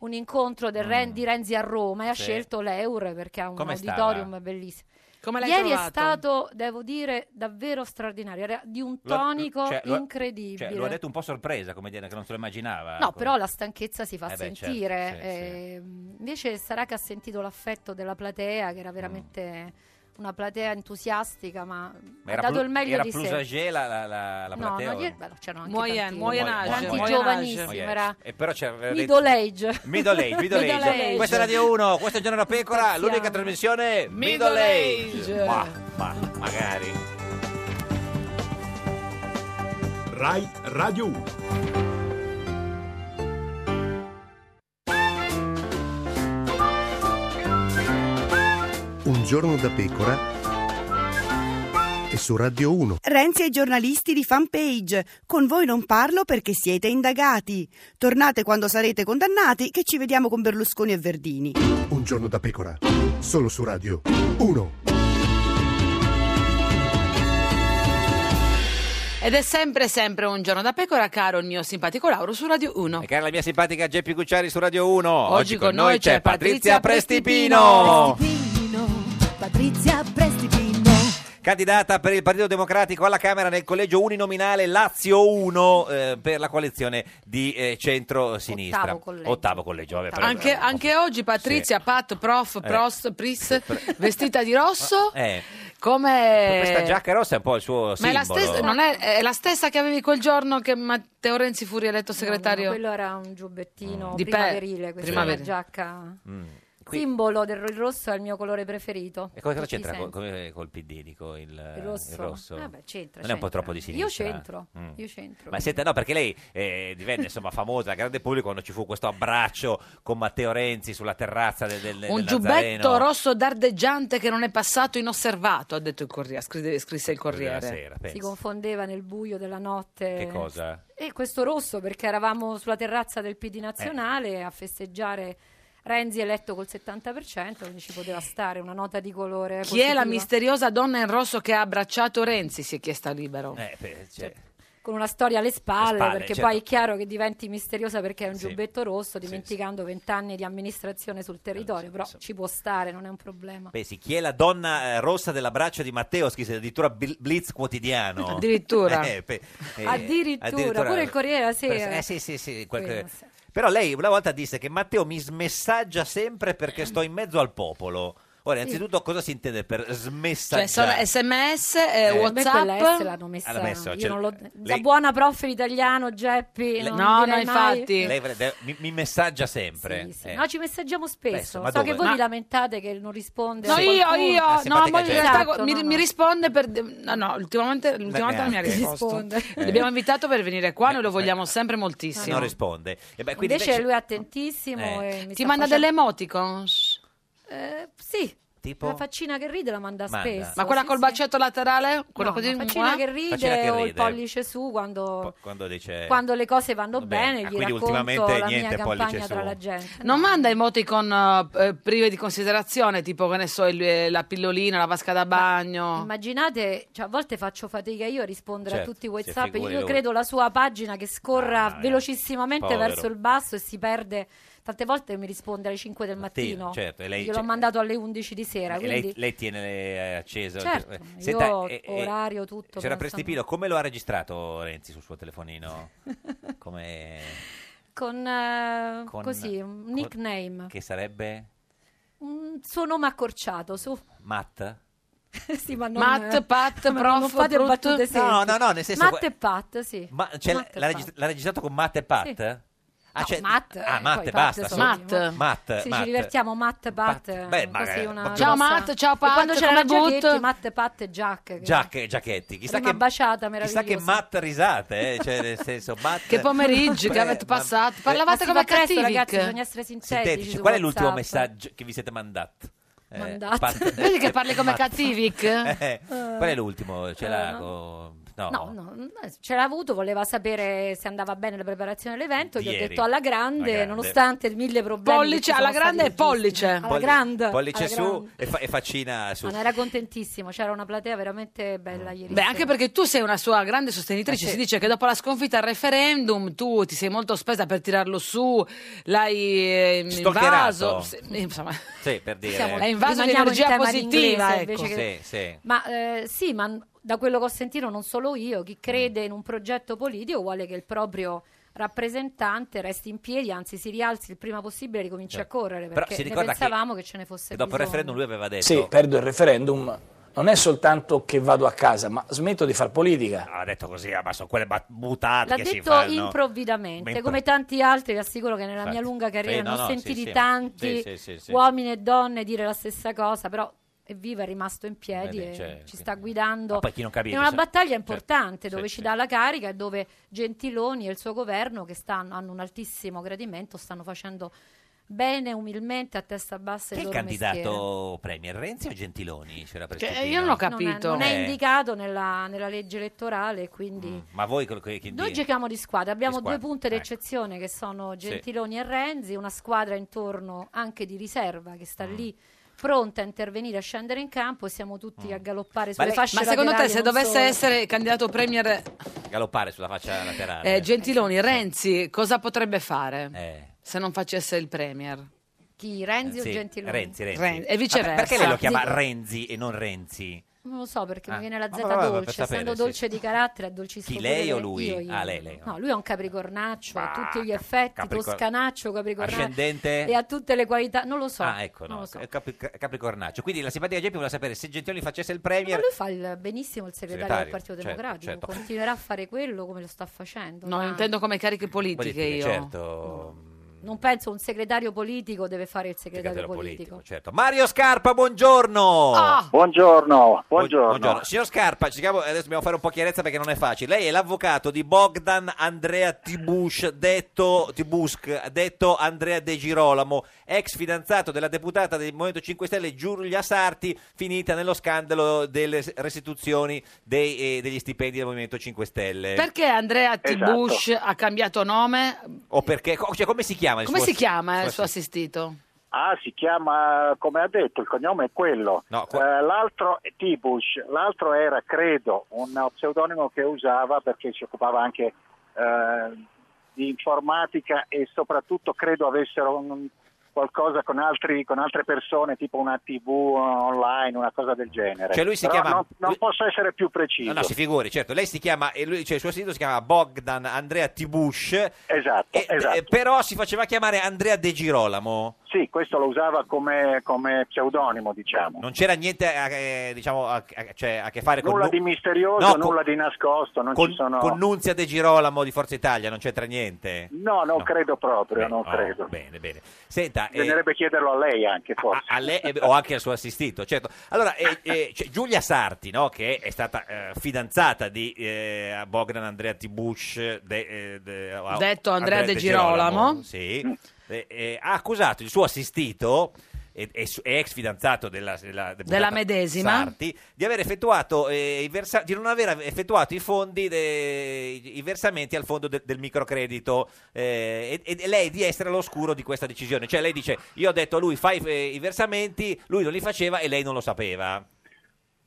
un incontro del Ren- di Renzi a Roma e ha
Sì.
scelto l'Euro perché ha un
Come stava?
auditorium bellissimo.
Come l'hai
Ieri
trovato?
è stato, devo dire, davvero straordinario, era di un
Lo-
tonico
cioè, lo-
incredibile.
Cioè, lo ha detto un po' sorpresa, come dire, che non se lo immaginava. ecco.
No, però la stanchezza si fa
Eh beh, certo,
sentire.
sì,
eh, Invece sarà che ha sentito l'affetto della platea, che era veramente una platea entusiastica, ma,
Mm. Ma
ha
era
dato
plu-
il meglio
era
di
plus
sé.
âgé la, la, la, la
no, no,
platea o-
ieri- beh, no, c'erano anche
Moyen-
tanti,
moyen
tanti
age, moyen
giovanissimi,
Moyen age.
era
E però c'era
middle age.
Middle age, middle age.
Middle age.
Questa è Radio 1, questo è Giorno da Pecora, l'unica trasmissione Middle,
Middle
age.
age.
Ma, ma, magari.
Rai Radio 1.
Un giorno da pecora e su Radio 1.
Renzi ai giornalisti di fanpage. Con voi non parlo perché siete indagati. Tornate quando sarete condannati, che ci vediamo con Berlusconi e Verdini.
Un giorno da pecora. Solo su Radio 1.
Ed è sempre, sempre un giorno da pecora, caro il mio simpatico Lauro su Radio 1.
E cara la mia simpatica Geppi Cucciari su Radio 1.
Oggi con noi c'è Patrizia
Prestipino.
Patrizia Prestipino.
Candidata per il Partito Democratico alla Camera nel collegio uninominale Lazio 1 eh, per la coalizione di eh, centro-sinistra.
Ottavo collegio.
Ottavo collegio, vabbè, però-
Anche, anche oggi Patrizia, Pat, Prof,
Eh.
Prost, Pris, vestita di rosso,
Eh,
come...
Questa giacca rossa è un po' il suo
Eh, Ma
simbolo.
è la, stessa, non è, è la stessa che avevi quel giorno che Matteo Renzi fu rieletto segretario? Mm.
quello era un giubbettino
Di pe-
primaverile, questa è una
primaverile.
giacca.
Mm.
Simbolo del il rosso è il mio colore preferito.
E cosa
In tutti i
c'entra col,
sensi.
come- col PD, dico, il, il
Il rosso?
rosso?
Vabbè, c'entra,
Non è un po'
c'entra.
troppo di
Io
sinistra?
c'entro,
Mm.
io c'entro.
Ma senta, no, perché lei eh, divenne insomma famosa al grande pubblico quando ci fu questo abbraccio con Matteo Renzi sulla terrazza del, del,
Un
del
giubbetto
Nazareno.
rosso dardeggiante che non è passato inosservato, ha detto il Corriere, scrisse, scrisse il
Corriere
Corriere.
della Sera, pensa.
Si confondeva nel buio della notte.
Che cosa?
E questo rosso perché eravamo sulla terrazza del PD nazionale a festeggiare Renzi eletto col 70%, quindi ci poteva stare una nota di colore.
Chi è la
positiva.
misteriosa donna in rosso che ha abbracciato Renzi? Si è chiesta libero.
Eh, cioè.
Cioè, con una storia alle spalle,
Alle spalle,
perché
certo.
poi è chiaro che diventi misteriosa perché è un
Sì.
giubbetto rosso, dimenticando vent'anni di amministrazione sul territorio, però ci può stare, non è un problema.
Pensi, chi è la donna eh, rossa dell'abbraccio di Matteo? Scrisse addirittura Bl- Blitz quotidiano.
Addirittura.
Eh, pe- eh,
addirittura, pure il Corriere della Sera.
Eh, sì, sì, sì, quel-
Pensa.
Però lei una volta disse che Matteo mi smessaggia sempre perché sto in mezzo al popolo. Ora,
Sì.
innanzitutto, cosa si intende per
Cioè,
smessaggiare?
sono sms, eh,
Eh.
whatsapp.
Beh, quella S l'hanno messa.
L'ha messa,
io
cioè,
non l'ho- Da
lei-
buona prof italiano, Geppi. non
eh, no,
direi
no,
mai- Eh,
Lei vre- de- mi, mi messaggia sempre. Eh.
No, ci messaggiamo spesso.
Beh, ma
so che
dove?
voi
Ma-
vi lamentate che non risponde.
No,
a
io,
qualcuno.
Ah,
io, no, mo in
gente.
realtà
Esatto,
mi,
no,
mi
no.
risponde per... No, no, ultimamente, l'ultima volta non mi ha
neanche.
risposto.
Risponde.
Eh.
L'abbiamo invitato per venire qua, noi lo vogliamo sempre
Non
moltissimo.
risponde. E beh, quindi
Invece,
invece-
lui è attentissimo.
Eh.
E mi
Ti
sta
manda
facendo-
delle emoticons?
Eh, sì.
Tipo?
La faccina che ride la manda,
Manda.
spesso.
Ma quella
sì,
col
sì.
bacetto laterale? Quella
No,
così?
la faccina
mua?
che ride
Faccina che
o il
ride.
pollice su quando,
quando
eh.
dice...
quando le cose vanno bene,
ah,
gli
quindi
racconto
ultimamente
la
niente
mia
pollice
campagna tra
su.
la gente.
Non manda emoticon eh, prive di considerazione, tipo che ne so, il- eh, la pillolina, la vasca da bagno.
Immaginate, cioè, a volte faccio fatica io a rispondere
Certo,
a tutti i
si
WhatsApp.
figuri
Io
lui.
credo la sua pagina che scorra
Ah,
velocissimamente
povero.
verso il basso e si perde. Tante volte mi risponde alle 5 del
Mattino,
mattino.
certo, e lei-
Gliel'ho
cioè-
mandato alle 11 di sera.
E
Quindi
lei, lei tiene le- eh, acceso.
Certo,
Eh,
io
senta,
ho
eh, eh,
orario, tutto.
C'era
penso.
Prestipino, come lo ha registrato Renzi sul suo telefonino? Come...
Con, eh,
Con-
così, un
con-
nickname.
Che sarebbe
Un suo nome accorciato. Su.
Matt?
sì, ma non, eh,
Matt, Pat,
ma non
prof,
fate
prut.
battute semplici.
No, no, no, nel senso-
Matt e Pat, sì.
Ma, cioè,
Matt e
l'ha,
Pat.
regis- l'ha registrato con Matt e Pat?
Sì.
Ah, Ah, c'è-
Matt,
ah,
eh,
Matt,
poi
basta.
Pat,
solo-
insomma.
Matt,
Sì,
Matt.
ci divertiamo Matt, Pat.
Beh, ma-
così una
ma-
Ciao,
rossa.
Matt, ciao,
E
Pat,
Quando c'era
come
la
Gut?
Giacchetti, Matt, Pat e Jack. che-
Giacche- Giacchetti, chissà
prima
che,
baciata
chissà
meravigliosa.
che Matt risate, eh, cioè nel senso Matt...
Che pomeriggio
Beh,
che avete
ma-
passato.
Ma
Parlavate
si
come
fa presto,
cattivi.
ragazzi, bisogna essere sintetici.
eh, Sintetici,
su
qual è l'ultimo
WhatsApp.
messaggio che vi siete mandato? Eh,
Mandato.
Pat-
Vedi che parli come
Matt.
cattivi.
Eh, qual è l'ultimo? Ce l'ha
no.
con- No.
Eh. No, no, no, c'era avuto, voleva sapere se andava bene la preparazione dell'evento.
Di
Gli ho
ieri.
detto alla grande,
Alla grande.
nonostante mille problemi.
Pollice,
che ci sono
alla
stati
grande e
logistici.
pollice.
Alla
Polli-
grande.
Pollice
alla grande.
su e, fa- e faccina su.
Ma ne era contentissimo, c'era una platea veramente
Mm.
bella ieri.
Beh,
sera.
anche perché tu sei una sua grande
Eh,
sostenitrice. Si dice che dopo la sconfitta al referendum tu ti sei molto spesa per tirarlo su, l'hai eh,
Stalkerato.
invaso. se- Insomma,
Sì, per dire.
Siamo- è invaso di
Rimaniamo in
energia
tema di
positiva.
inglese,
ecco.
invece che-
Sì, sì.
Ma eh, sì, ma n- da quello che ho sentito non solo io, chi crede in un progetto politico vuole che il proprio rappresentante resti in piedi, anzi si rialzi il prima possibile e ricominci
Certo.
a correre,
Però
perché
si
ne
ricorda che-
pensavamo che, ce ne
E
fosse
dopo il
bisogno.
referendum lui aveva detto...
Sì, perdo il referendum. Non è soltanto che vado a casa, ma smetto di far politica.
Ha detto così, ah, ma sono quelle bat- buttate
L'ha
che si
detto
fanno.
improvvidamente,
Impro-
come tanti altri, vi assicuro che nella mia
Infatti.
lunga carriera
Sì, no,
ne ho
no, sì,
sentiti
sì.
tanti
Sì, sì, sì, sì.
uomini e donne dire la stessa cosa, però evviva è rimasto in piedi
Beh, beh,
e
certo.
ci sta guidando
Ma poi chi non capisce,
in una
sa-
battaglia importante
Certo,
dove
sì,
ci dà la carica e dove Gentiloni e il suo governo che stanno, hanno un altissimo gradimento stanno facendo bene, umilmente, a testa bassa
Chi è
il
il
loro mestiere.
candidato premier? Renzi o Gentiloni? C'era per
Che
stupire.
io non ho
Non è,
capito.
non è
Eh. Mm.
indicato nella, nella legge elettorale, quindi...
Ma voi quello che... che
Noi
dire?
giochiamo di squadra, abbiamo
Di squadra,
due punte
ecco.
d'eccezione che sono
Sì.
Gentiloni e Renzi, una squadra intorno anche di riserva che
Mm.
sta lì pronta a intervenire, a scendere in campo e siamo tutti
Mm.
a galoppare sulle
lei-
fasce
ma secondo te
laterali,
se
non
dovesse
solo.
essere candidato premier
Galoppare sulla faccia laterale.
eh, Gentiloni, Renzi, cosa potrebbe fare
Eh.
se non facesse il premier?
Chi, Renzi
Sì,
o Gentiloni?
Renzi, Renzi.
Ren- e viceversa.
Vabbè, Perché lei lo chiama
Sì.
Renzi e non Renzi?
Non lo so perché
Ah.
mi viene la
Ma
Z
proprio per
dolce,
sapere,
essendo
sì.
dolce di carattere, è dolcissimo.
Chi, lei
pure
o lui?
io, io.
Ah, lei, lei.
No, lui è un capricornaccio a
Ah,
tutti gli effetti,
Capricor-
toscanaccio, capricornaccio.
Ascendente?
E ha tutte le qualità, non lo so.
Ah, ecco,
non
no,
lo so.
è Capri- Capricornaccio. Quindi la simpatica Geppi voleva sapere se Gentiloni facesse il premier...
Ma lui fa il- benissimo il segretario,
Segretario,
del Partito
certo,
Democratico,
certo.
continuerà a fare quello come lo sta facendo.
No,
ma
intendo come cariche politiche,
Politiche,
io.
certo.
Non penso un segretario politico deve fare il segretario,
Segretario
politico.
certo. Mario Scarpa, buongiorno.
Buongiorno, buongiorno.
Buongiorno. Signor Scarpa, ci chiamo- adesso dobbiamo fare un po' chiarezza perché non è facile. Lei è l'avvocato di Bogdan Andrea Tibush, detto, Tibusk, detto Andrea De Girolamo, ex fidanzato della deputata del Movimento 5 Stelle Giulia Sarti, finita nello scandalo delle restituzioni dei- eh, degli stipendi del Movimento 5 Stelle.
Perché Andrea T.
Esatto.
Bush ha cambiato nome?
O perché? co- cioè, come si chiama il
Come
suo-
si chiama eh, il
suo
suo assistito?
Ah, si chiama, come ha detto, il cognome è quello. Eh, l'altro è Tibush, l'altro era, credo, un pseudonimo che usava perché si occupava anche eh, di informatica e soprattutto credo avessero un- qualcosa con, altri- con altre persone, tipo una TV online, una cosa del genere.
Cioè, lui si
Però
chiama-
Non, non posso essere più preciso.
No, no, si figuri, certo. Lei si chiama, e lui- cioè il suo sito si chiama Bogdan Andrea Tibush.
Esatto, esatto.
però si faceva chiamare Andrea De Girolamo.
Sì, questo lo usava come, come pseudonimo, diciamo.
Non c'era niente a, eh, diciamo, a, a- cioè, a che fare con
Nulla
Nu-
di misterioso,
No, con-
nulla di nascosto, non
con,
ci sono...
con Nunzia De Girolamo di Forza Italia, non c'entra niente.
No, non credo proprio,
Beh,
non
oh,
credo.
Bene, bene. Senta, eh,
Bisognerebbe chiederlo a lei anche, forse.
a lei e- o anche al suo assistito, certo. Allora, eh, eh, c'è Giulia Sarti, no, che è stata eh, fidanzata di eh, Bogdan Andrea Tibush, de- eh, de- ah,
Detto Andrea De Girolamo.
sì, eh, eh, ha accusato il suo assistito e, e su- e ex fidanzato della, della, deputata
Della medesima.
Sarti, di, aver effettuato, eh, i versa- di non aver effettuato i fondi, de- i- i versamenti al fondo de- del microcredito eh, e, e lei di essere all'oscuro di questa decisione. Cioè lei dice, io ho detto a lui fai eh, i versamenti, lui non li faceva e lei non lo sapeva.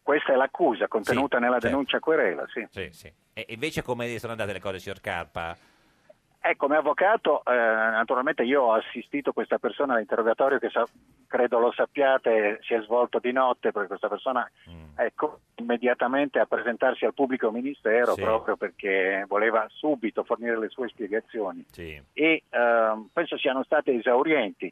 Questa è l'accusa contenuta nella
certo.
denuncia querela, sì.
E invece come sono andate le cose, signor Carpa?
Eh, come avvocato, eh, naturalmente io ho assistito questa persona all'interrogatorio che sa- credo lo sappiate, si è svolto di notte perché questa persona
Mm.
ecco, immediatamente a presentarsi al pubblico ministero
Sì.
proprio perché voleva subito fornire le sue spiegazioni.
Sì.
e ehm, penso siano state esaurienti.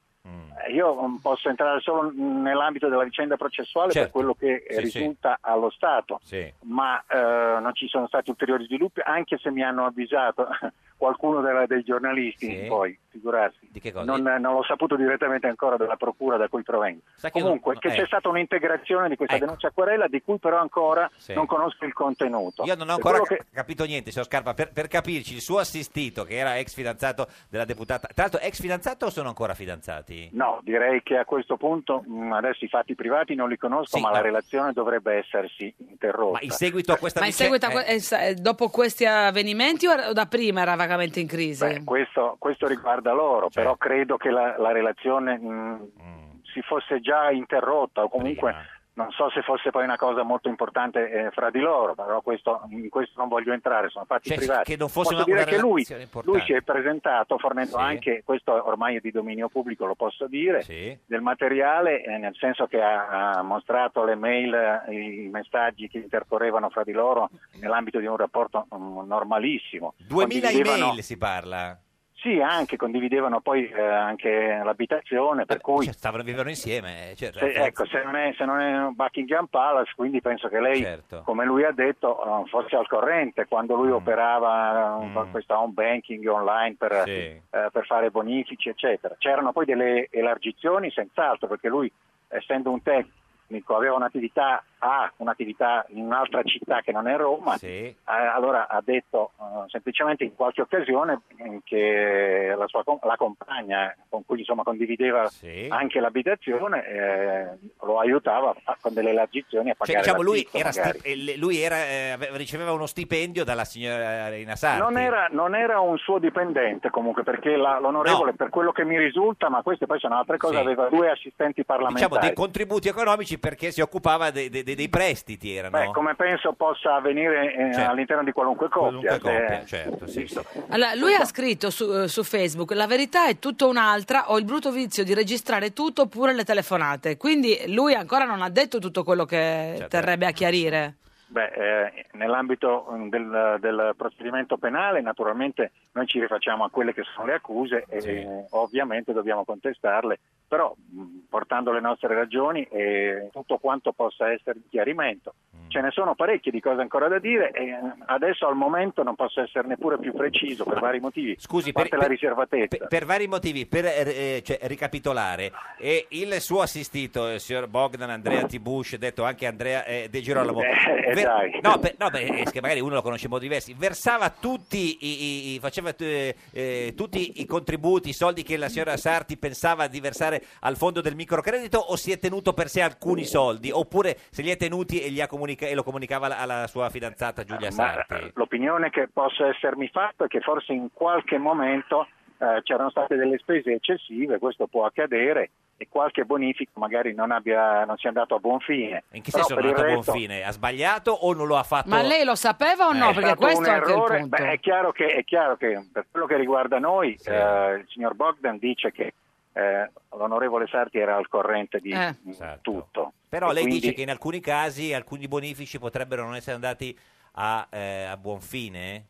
Eh, Io mm, posso entrare solo mm, nell'ambito della vicenda processuale
Certo.
per quello che eh,
Sì, sì.
risulta allo Stato,
Sì.
ma eh, non ci sono stati ulteriori sviluppi, anche se mi hanno avvisato qualcuno della- dei giornalisti,
Sì.
poi, figurarsi.
Di che cosa? Eh.
Non, non l'ho saputo direttamente ancora dalla procura da cui provengo.
Sa che io-
Comunque, che
eh.
c'è stata un'integrazione di questa
Ecco.
denuncia a querela di cui però ancora
Sì.
non conosco il contenuto.
Io non ho
Per
ancora
quello
ca- capito niente, signor Scarpa. Per, per capirci, il suo assistito, che era ex fidanzato della deputata, tra l'altro, ex fidanzato o sono ancora fidanzati?
No, direi che a questo punto mh, adesso i fatti privati non li conosco,
Sì,
ma la
no.
relazione dovrebbe essersi interrotta.
Ma in seguito a questa
Ma in seguito a que- eh, sa- eh, dopo questi avvenimenti o o da prima era vagamente in crisi?
Beh, questo, questo riguarda loro,
Certo.
però credo che la, la relazione mh,
Mm.
si fosse già interrotta o comunque non so se fosse poi una cosa molto importante eh, fra di loro, però questo, in questo non voglio entrare, sono fatti
Cioè,
privati.
che non fosse
Posso
una-
dire
una
che lui,
relazione importante.
lui si è presentato fornendo
Sì.
anche, questo ormai è di dominio pubblico, lo posso dire, del materiale, eh, nel senso che ha, ha mostrato le mail, eh, i messaggi che intercorrevano fra di loro nell'ambito di un rapporto mm, normalissimo.
2000
Condividevano-
email si parla.
sì, anche condividevano poi eh, anche l'abitazione, per cui
Cioè, stavano vivendo insieme. eh, cioè,
se, ecco, se non, è, se non è un Buckingham Palace, quindi penso che lei,
Certo. Mm.
come lui ha detto, eh, fosse al corrente quando lui operava eh, con questa home banking online per,
Sì.
eh, per fare bonifici, eccetera. C'erano poi delle elargizioni, senz'altro, perché lui, essendo un tecnico, aveva un'attività, ha un'attività in un'altra città che non è Roma,
Sì.
eh, allora ha detto eh, semplicemente in qualche occasione mm, che la sua com- la compagna con cui insomma condivideva anche l'abitazione eh, lo aiutava a- con delle elargizioni a
Cioè,
pagare
diciamo, lui,
l'affitto,
era
magari.
sti- eh, le- lui era, eh, ave- riceveva uno stipendio dalla signora Reina Sarti.
non era, non era un suo dipendente comunque perché la- l'onorevole per quello che mi risulta ma queste poi sono altre cose
Sì.
aveva due assistenti parlamentari
Diciamo dei contributi economici perché si occupava de- de- de- dei prestiti erano.
Beh, come penso possa avvenire eh,
Certo.
all'interno di qualunque coppia,
Qualunque coppia,
se-
certo, sì, sì.
Allora, lui ha scritto su, eh, su Facebook: La verità è tutta un'altra. Ho il brutto vizio di registrare tutto, pure le telefonate. Quindi lui ancora non ha detto tutto quello che
Cioè,
terrebbe a chiarire.
certo. Beh, eh, nell'ambito mm, del, del procedimento penale naturalmente noi ci rifacciamo a quelle che sono le accuse e eh, ovviamente dobbiamo contestarle, però mm, portando le nostre ragioni e tutto quanto possa essere di chiarimento.
Mm.
Ce ne sono parecchie di cose ancora da dire e eh, adesso al momento non posso essere neppure più preciso per vari motivi,
Scusi,
a parte
per-
la
per-
riservatezza.
Per vari motivi, per eh, cioè, ricapitolare, eh, il suo assistito, il signor Bogdan Andrea T. Bush, detto anche Andrea eh, De Girolamo,
Eh,
ver-
dai.
no, per- no, beh, è che magari uno lo conosce in modi diversi, versava tutti i, i- i- faceva, eh, eh, tutti i contributi, i soldi che la signora Sarti pensava di versare al fondo del microcredito o si è tenuto per sé alcuni soldi, oppure se li è tenuti e, li ha comunica- e lo comunicava alla, alla sua fidanzata Giulia
Ma, eh,
Sarti?
l'opinione che possa essermi fatta è che forse in qualche momento eh, c'erano state delle spese eccessive, questo può accadere e qualche bonifico magari non, abbia, non sia andato a buon fine.
In che
Però
senso
per
non
il
è andato a buon
resto-
fine? Ha sbagliato o non lo ha fatto?
Ma lei lo sapeva o no?
Eh.
Perché
stato un
questo è anche il
errore.
punto.
Beh, è, chiaro che, è chiaro che per quello che riguarda noi, eh, il signor Bogdan dice che eh, l'onorevole Sarti era al corrente di
Eh.
mh, tutto.
Però
E
lei
quindi-
dice che in alcuni casi alcuni bonifici potrebbero non essere andati a, eh, a buon fine?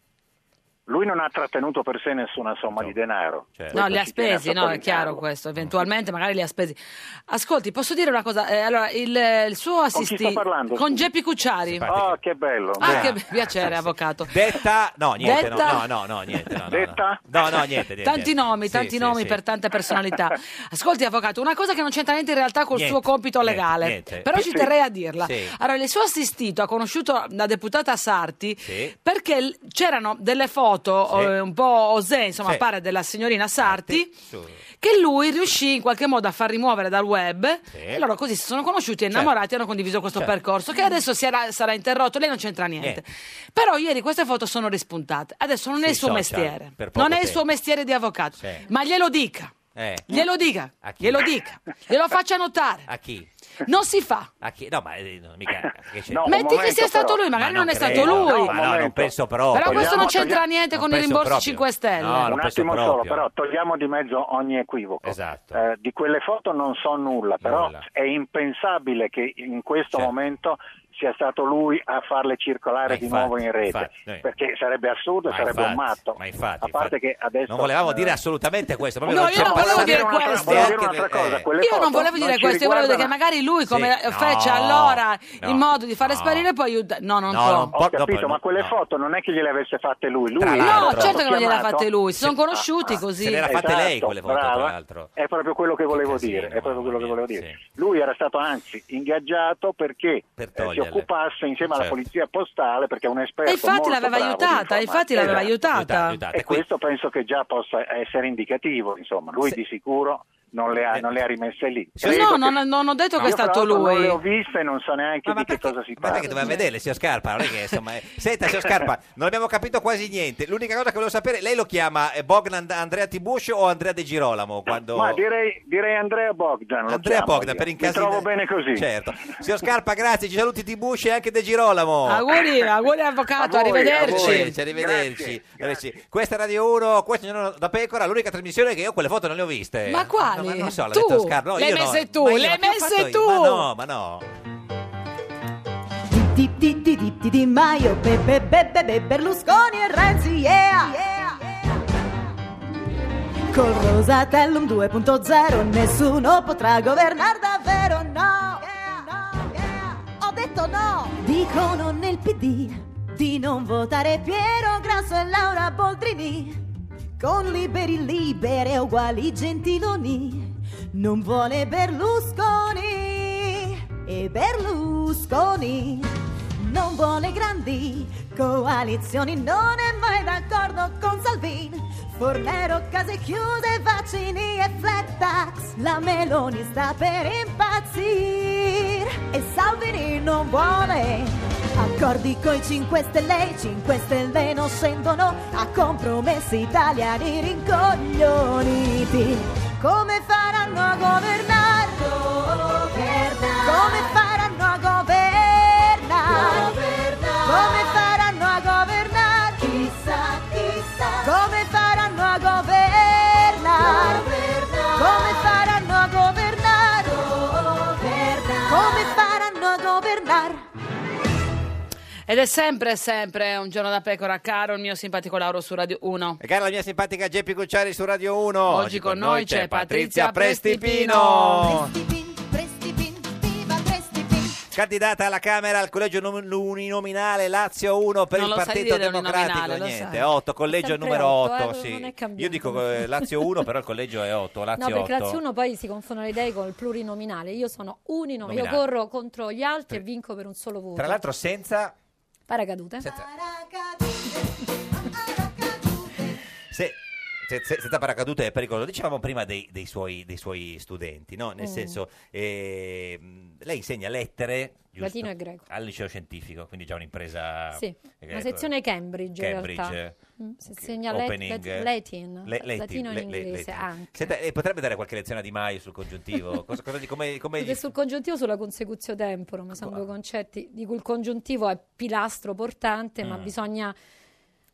Lui non ha trattenuto per sé nessuna somma di denaro.
certo.
No,
Questo
li ha
ci tiene a
spesi, no, è chiaro
sottolinearlo.
questo, eventualmente magari li ha spesi. Ascolti, posso dire una cosa? Eh, allora, il, eh, il suo
Con chi
assistito...
sta parlando?
Con Geppi Cucciari.
Oh, che bello.
Ah,
Beh.
che be- piacere, avvocato.
Detta? No, niente, no,
Detta-
no, no, no, niente. No, no, no.
Detta?
No, no, niente. niente.
Tanti nomi,
Sì,
tanti
sì,
nomi
sì.
per tante personalità. Ascolti, avvocato, una cosa che non c'entra niente in realtà col
Niente,
suo compito
niente,
legale,
niente.
però ci
Sì.
terrei a dirla.
Sì.
Allora, il suo assistito ha conosciuto la deputata Sarti
Sì.
perché l- c'erano delle foto
Sì.
eh, un po' osè, insomma,
Sì.
pare della signorina Sarti.
Su.
Che lui riuscì in qualche modo a far rimuovere dal web e loro così si sono conosciuti e
Certo.
innamorati e hanno condiviso questo
Certo.
percorso che adesso si era- sarà interrotto, lei non c'entra niente.
Niente.
Però ieri queste foto sono rispuntate. Adesso non
Sui
è il suo
social,
mestiere,
per poco
non è il
tempo.
suo mestiere di avvocato,
Sì.
ma glielo dica,
Eh.
glielo dica,
A chi?
glielo dica, glielo faccia notare.
A chi?
Non si fa.
A chi? No, ma eh, no, mica... che c'è?
No, un Metti che momento, sia stato però. lui, magari
Ma
non è stato
credo,
lui.
no,
Un
ma no, non
momento.
penso proprio.
Però questo non c'entra
togliamo-
niente con
non
i
penso
rimborsi
proprio.
5 Stelle.
No, non
un
penso
attimo solo,
proprio. Esatto.
però togliamo di mezzo ogni equivoco. Eh, di quelle foto non so nulla, però è impensabile che in questo momento sia stato lui a farle circolare
Cioè. Ma
di
infatti,
nuovo in rete,
infatti, eh.
perché sarebbe assurdo,
Ma
sarebbe un
infatti,
matto.
ma infatti,
a parte che adesso
Non volevamo
eh,
dire assolutamente questo. proprio
No,
non
io
c'è
non volevo
passato-
dire questo.
neanche
Volevo dire
nel-
un'altra cosa,
eh.
quelle
Io non
foto
volevo dire
ci
questo, io volevo dire che
riguardano-
magari lui come
Sì, no,
fece allora il
no,
modo di fare sparire poi aiuta. No, non può.
ho capito, ma quelle foto non è che gliele avesse fatte lui. lui
Tra l'altro- Esatto, No, certo che non gliele ha
chiamato-
fatte lui, si sono conosciuti così.
Se le era fatte lei quelle foto,
Esatto, brava.
tra l'altro.
È proprio quello che volevo dire. È proprio quello che volevo dire. Lui era stato anzi ingaggiato perché eh, si
toglierle.
occupasse insieme alla
Certo.
polizia postale perché è un esperto.
E infatti
molto
l'aveva
bravo di
aiutata, infatti
informatica.
l'aveva aiutata. Aiutata,
Esatto, aiutata.
E questo penso che già possa essere indicativo. Insomma, lui di sicuro non le ha,
Eh.
non le ha rimesse lì. Credo
No,
che-
non, non ho detto che è
Io, fra
stato
l'altro, Non
lui.
le ho viste e non so neanche di che cosa si
Ma
parla.
perché doveva vederle, signor Scarpa? Non è che, insomma, eh. Senta, signor Scarpa, non abbiamo capito quasi niente. L'unica cosa che volevo sapere, lei lo chiama eh, Bogdan Andrea Tiburcio o Andrea De Girolamo? Quando...
Ma direi, direi Andrea Bogdan. lo
Andrea
chiamo
Bogdan,
io.
per in
Mi
caso di-
trovo bene così.
Certo. Signor Scarpa, grazie, ci saluti Tiburcio e anche De Girolamo.
Auguri, auguri avvocato, arrivederci.
Arrivederci, arrivederci. Arrivederci. Questa è Radio 1, questo Giorno da Pecora, l'unica trasmissione che io quelle foto non le ho viste.
Ma quali?
No, ma non so, l'ha
Tu?
detto Scarpa. No,
Le hai
io no.
messe tu,
Ma io-
le
ma
hai
che ho
messe
fatto io?
tu.
Ma no, ma no.
Di di di di di Di Maio, be, be, be, be, be, Berlusconi e Renzi, yeah! Col Rosatellum 2.0 nessuno potrà governare davvero, no! Ho detto no! Dicono nel PD di non votare Piero Grasso e Laura Boldrini con liberi libere uguali gentiloni non vuole Berlusconi e Berlusconi non vuole grandi coalizioni non è mai d'accordo con Salvini Fornero case chiuse vaccini e flat tax la Meloni sta per impazzire e Salvini non vuole Accordi coi 5 Stelle, i 5 Stelle non scendono a compromessi italiani rincoglioniti. Come faranno a governare? Come faranno a governare? Come faranno a governare? Chissà, chissà. Come faranno a governare? Come faranno a governare? Come faranno a governare?
Ed è sempre, sempre un giorno da pecora, caro il mio simpatico Lauro su Radio 1.
E cara la mia simpatica Geppi Cucciari su Radio 1.
Oggi con noi c'è Patrizia Prestipino.
Candidata alla Camera al collegio nom- uninominale Lazio 1 per
Non
il
lo sai
Partito
dire
Democratico.
uninominale, lo
Niente,
sai.
8, collegio
Sempre
numero
otto,
8.
eh,
sì.
non è cambiato.
Io dico eh, Lazio 1, però il collegio è 8. Lazio
No, perché
8.
Lazio 1 poi si confondono le idee con il plurinominale. Io sono uninominale, io
Nominale.
corro contro gli altri e vinco per un solo voto.
Tra l'altro, senza.
paracadute. Ah,
se- se- se- senza paracadute è pericoloso. Dicevamo prima dei, dei suoi, dei suoi studenti, no? Nel
Mm.
senso, ehm, lei insegna lettere. giusto?
Latino e greco.
Al liceo scientifico, quindi già un'impresa.
Sì,
eh,
una sezione Cambridge,
Cambridge,
in
eh,
realtà. Mm, Si insegna lat-
opening, eh,
lat- Latin,
le- Latin,
latino
le-
e
le-
inglese
Latin.
anche.
Senta, eh, potrebbe dare qualche lezione a Di Maio sul congiuntivo? Cosa- cosa- come- come gli-
Perché sul congiuntivo sulla consecutio temporum sono due concetti di cui il congiuntivo è pilastro portante, ma
Mm.
bisogna,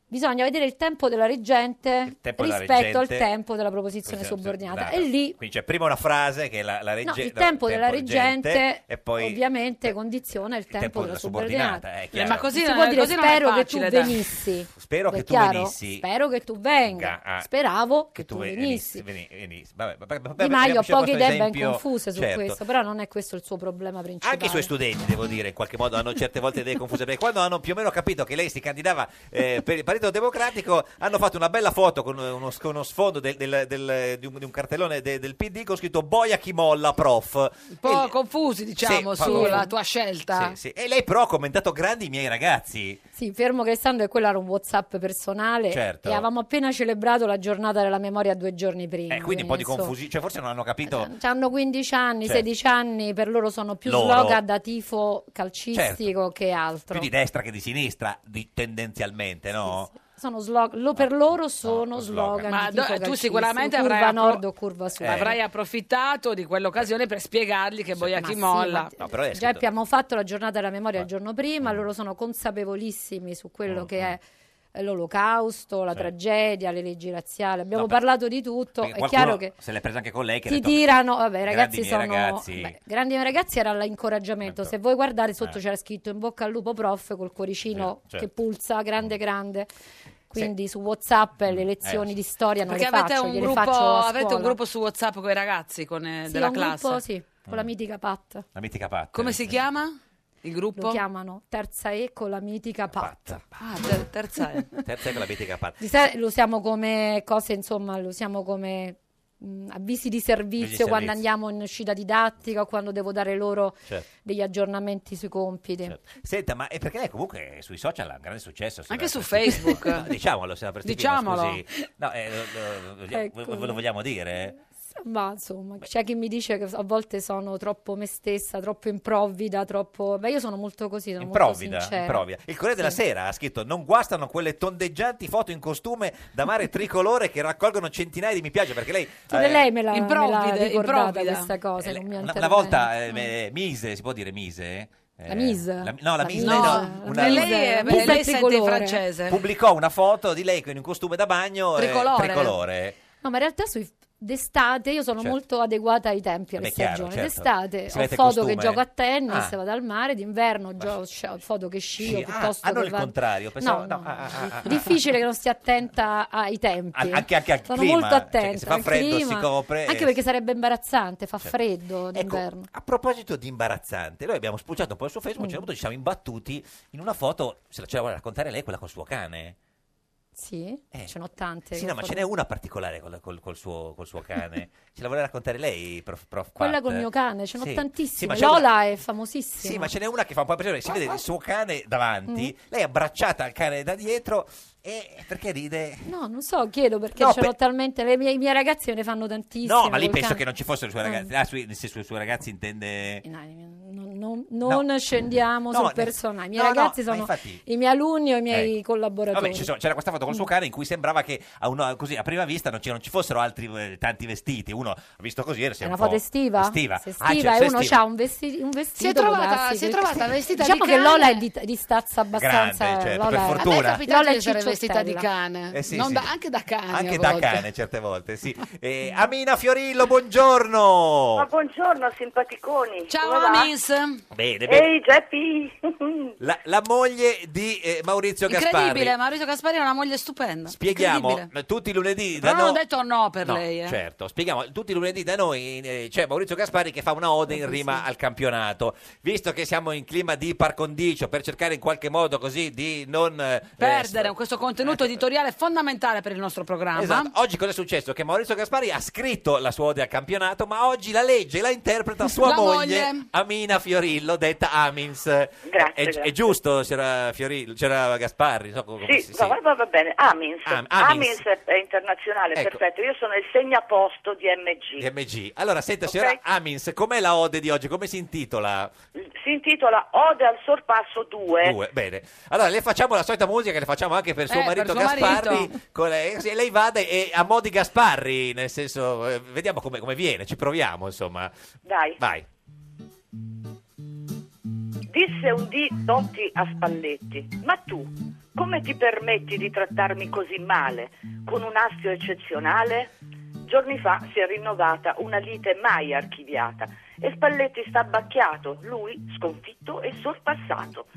bisogna vedere il tempo della reggente
tempo della
rispetto
reggente.
al tempo della proposizione subordinata. E lì
Quindi c'è prima una frase che è la, la
no,
regge-
il
la-
tempo della
reggente,
reggente
e poi
ovviamente condiziona il tempo,
tempo
della
della subordinata,
subordinata.
è chiaro. Ma
così
si
non-
può dire
così non è
spero che tu
facile, dai."
venissi.
spero
È
che tu
chiaro?
venissi.
Spero che tu venga.
Ah, ah.
Speravo che,
che
tu
ve-
venissi.
veni- venissi. Vabbè, vabbè, vabbè,
Di Maio ha
facciamo
poche
questo
idee ben
esempio.
confuse su
Certo.
questo, però non è questo il suo problema principale.
Anche i suoi studenti, devo dire, in qualche modo hanno certe volte idee confuse, perché quando hanno più o meno capito che lei si candidava eh, per il Partito Democratico, hanno fatto una bella foto con uno, con uno sfondo del- del- del- di, un, di un cartellone de- del PD con scritto Boia chi molla, prof.
Un po' confusi, diciamo,
Sì,
sulla
Paolo.
tua scelta.
Sì, sì. E lei però ha commentato grandi i miei ragazzi.
Sì, fermo restando che quello era un WhatsApp personale
Certo.
e avevamo appena celebrato la giornata della memoria due giorni prima.
Eh, quindi un po' di
insomma.
confusione, cioè forse non hanno capito.
Hanno 15 anni,
Certo.
16 anni, per loro sono più
Loro. Certo.
slogan da tifo calcistico che altro.
Più di destra che di sinistra, di- tendenzialmente, no?
Sono slogan, lo- per loro sono slogan.
Ma
di tifo
do- tu
calcistico,
sicuramente
curva
avrai appro-
nord o curva sud.
Eh. Avrai approfittato di quell'occasione per spiegargli che Boiachi
Ma sì,
molla.
ma- Già
Mm.
abbiamo fatto la giornata della memoria il giorno prima, loro sono consapevolissimi su quello che è l'olocausto, la tragedia, le leggi razziali, abbiamo
No, per-
parlato di tutto, è
Perché qualcuno
chiaro che
se l'è presa anche con lei che ha
ti
detto,
tirano, vabbè, i ragazzi
grandi miei
sono
ragazzi. Certo. Eh.
beh, grandi miei ragazzi era l'incoraggiamento. Se voi guardate sotto c'era scritto in bocca al lupo prof col cuoricino
Sì, certo.
che pulsa,
Mm.
grande grande. Quindi su WhatsApp le lezioni
Eh,
sì.
di storia non
Perché
le
avete,
faccio,
un
gliele
gruppo,
faccio a
avete un
scuola.
gruppo su WhatsApp con i ragazzi con, eh,
Sì,
della
ho un
classe?
gruppo, sì, con
Mm.
la mitica Pat.
la mitica eh. patta
Come si chiama? Il gruppo?
Lo chiamano terza E con la mitica Pat.
Ah, ter- terza E.
terza è con la mitica patta
Di sé lo usiamo come cose, insomma, lo usiamo come mh, avvisi di servizio
Avvisi di
quando
servizio.
andiamo in uscita didattica o quando devo dare loro
Certo.
degli aggiornamenti sui compiti.
Senta, ma è perché lei comunque sui social ha un grande successo? signora
Anche su
Presti-
Facebook.
No, diciamolo, signora Prestipino,
Diciamolo.
scusi. No, eh, lo- lo- lo-
Ecco.
ve lo vogliamo dire?
Ma insomma, c'è chi mi dice che a volte sono troppo me stessa, troppo improvvida, troppo... Beh, io sono molto così, sono molto
Improvvida,
sincera.
improvvida. Il Corriere della
Sì.
Sera ha scritto non guastano quelle tondeggianti foto in costume da mare tricolore che raccolgono centinaia di mi piace perché lei...
Pure
eh,
lei me l'ha, me l'ha
Improvvida,
ricordata
improvvida.
questa cosa, con un
Una,
mio
una
intervento.
volta eh, eh, mise, si può dire mise? Eh,
La Mise?
la- no, la,
La
mise.
Mise.
no,
No,
una-
lei è- Mise lei è sente il tricolore. francese.
Pubblicò una foto di lei in un costume da bagno eh,
Tricolore.
tricolore.
No, ma in realtà sui d'estate io sono
Certo.
molto adeguata ai tempi, alle
Vabbè, chiaro,
stagioni.
certo.
D'estate
Si
ho
mette
foto
costume.
che gioco a tennis,
Ah.
vado al mare, d'inverno gio- sci- ho foto che scio
Sì, ah,
piuttosto
ah, non
che
il
vado-
contrario. Pensavo,
No,
no,
no.
ah, ah, ah, ah.
Difficile che non stia attenta ai tempi.
An- anche- anche al
sono
clima,
molto
cioè, che
attenta.
se fa
al
freddo si
clima.
copre e-
Anche perché sarebbe imbarazzante, fa
Certo. ah.
freddo d'inverno.
A proposito di imbarazzante, noi abbiamo spulciato un po' su Facebook, a un certo punto ci siamo imbattuti in una foto, se la ce la vuole raccontare lei, quella col suo cane.
Sì, ce n'ho tante.
Eh. Sì, no, ma ce n'è una particolare col, col- col suo, col suo cane. ce la vuole raccontare lei, prof, prof
Quella
Pat?
col mio cane, ce n'ho
Sì. Sì,
tantissime.
ma c'è una-
Lola è famosissima.
Sì, ma ce n'è una che fa un po' impressione. Si vede il suo cane davanti,
Mm-hmm.
lei è abbracciata al cane da dietro e perché ride?
No, non so, chiedo perché
No,
ce l'ho
per-
talmente. Le mie, I miei ragazzi me ne fanno tantissime.
No, ma lì
col
penso
cane.
che non ci fossero i suoi
Ah.
ragazzi. Ah, sui- se sui suoi ragazzi intende...
Non, non- non scendiamo
No,
sul
ne-
personaggio. I miei
no, no,
ragazzi
ma
sono
infatti-
i miei alunni o i miei
Eh.
collaboratori.
Vabbè, ci sono- c'era questa foto col
Mm.
suo cane in cui sembrava che a, uno- così, a prima vista non ci, non ci fossero altri eh, tanti vestiti. Uno visto così era
È una foto estiva?
Estiva.
Se
Ah,
estiva
c'è-
e
se
uno
estiva.
ha un, vesti- un vestito. può
trovata-
darsi
si è
che-
trovata vestita di
diciamo che
cane.
Lola è di, di stazza abbastanza.
Grande, certo,
Lola
per
è-
fortuna. A me è
capitato
Lola è
di essere
Ciccio
vestita di
Stella.
cane.
Eh sì,
Non
sì.
da- anche da cane a
Anche da
volte.
cane certe volte, sì. Eh, Amina Fiorillo, buongiorno!
Ma buongiorno simpaticoni.
Ciao,
Come va?
Amis.
Oh. Bene, bene.
Ehi Geppi.
La, la moglie di eh, Maurizio Gasparri.
Incredibile, Maurizio Gasparri è una moglie stupenda.
Spieghiamo
Incredibile.
tutti i lunedì da
Però non ho
noi.
detto no per
No,
lei. eh.
certo, spieghiamo tutti i lunedì da noi eh, c'è Maurizio Gasparri che fa una ode in rima al campionato. Visto che siamo in clima di par condicio per cercare in qualche modo così di non eh,
Perdere questo contenuto editoriale fondamentale per il nostro programma.
Esatto. Oggi cosa è successo? Che Maurizio Gaspari ha scritto la sua ode al campionato, ma oggi la legge la interpreta sua
La
moglie,
moglie.
Amina Fiorillo, detta Amins. è,
grazie.
è giusto, c'era Fiorillo, c'era Gasparri, non so come
Sì,
si-
no, va, va- va bene. Amins.
Am- Amins.
Amins. è internazionale,
Ecco.
perfetto. Io sono il segnaposto di MG.
DMG. Allora, senta signora Amins, com'è la ode di oggi? Come si intitola?
Si intitola Ode al sorpasso 2.
Due, bene. Allora, le facciamo la solita musica che le facciamo anche per suo
Eh, per
marito
suo
Gasparri.
marito.
con lei, così lei vada e a mo' di Gasparri, nel senso, eh, vediamo come, come viene, ci proviamo, insomma.
Dai.
Vai.
Disse un dì Totti a Spalletti: Ma tu come ti permetti di trattarmi così male, con un astio eccezionale? Giorni fa si è rinnovata una lite mai archiviata e Spalletti sta abbacchiato, lui sconfitto e sorpassato.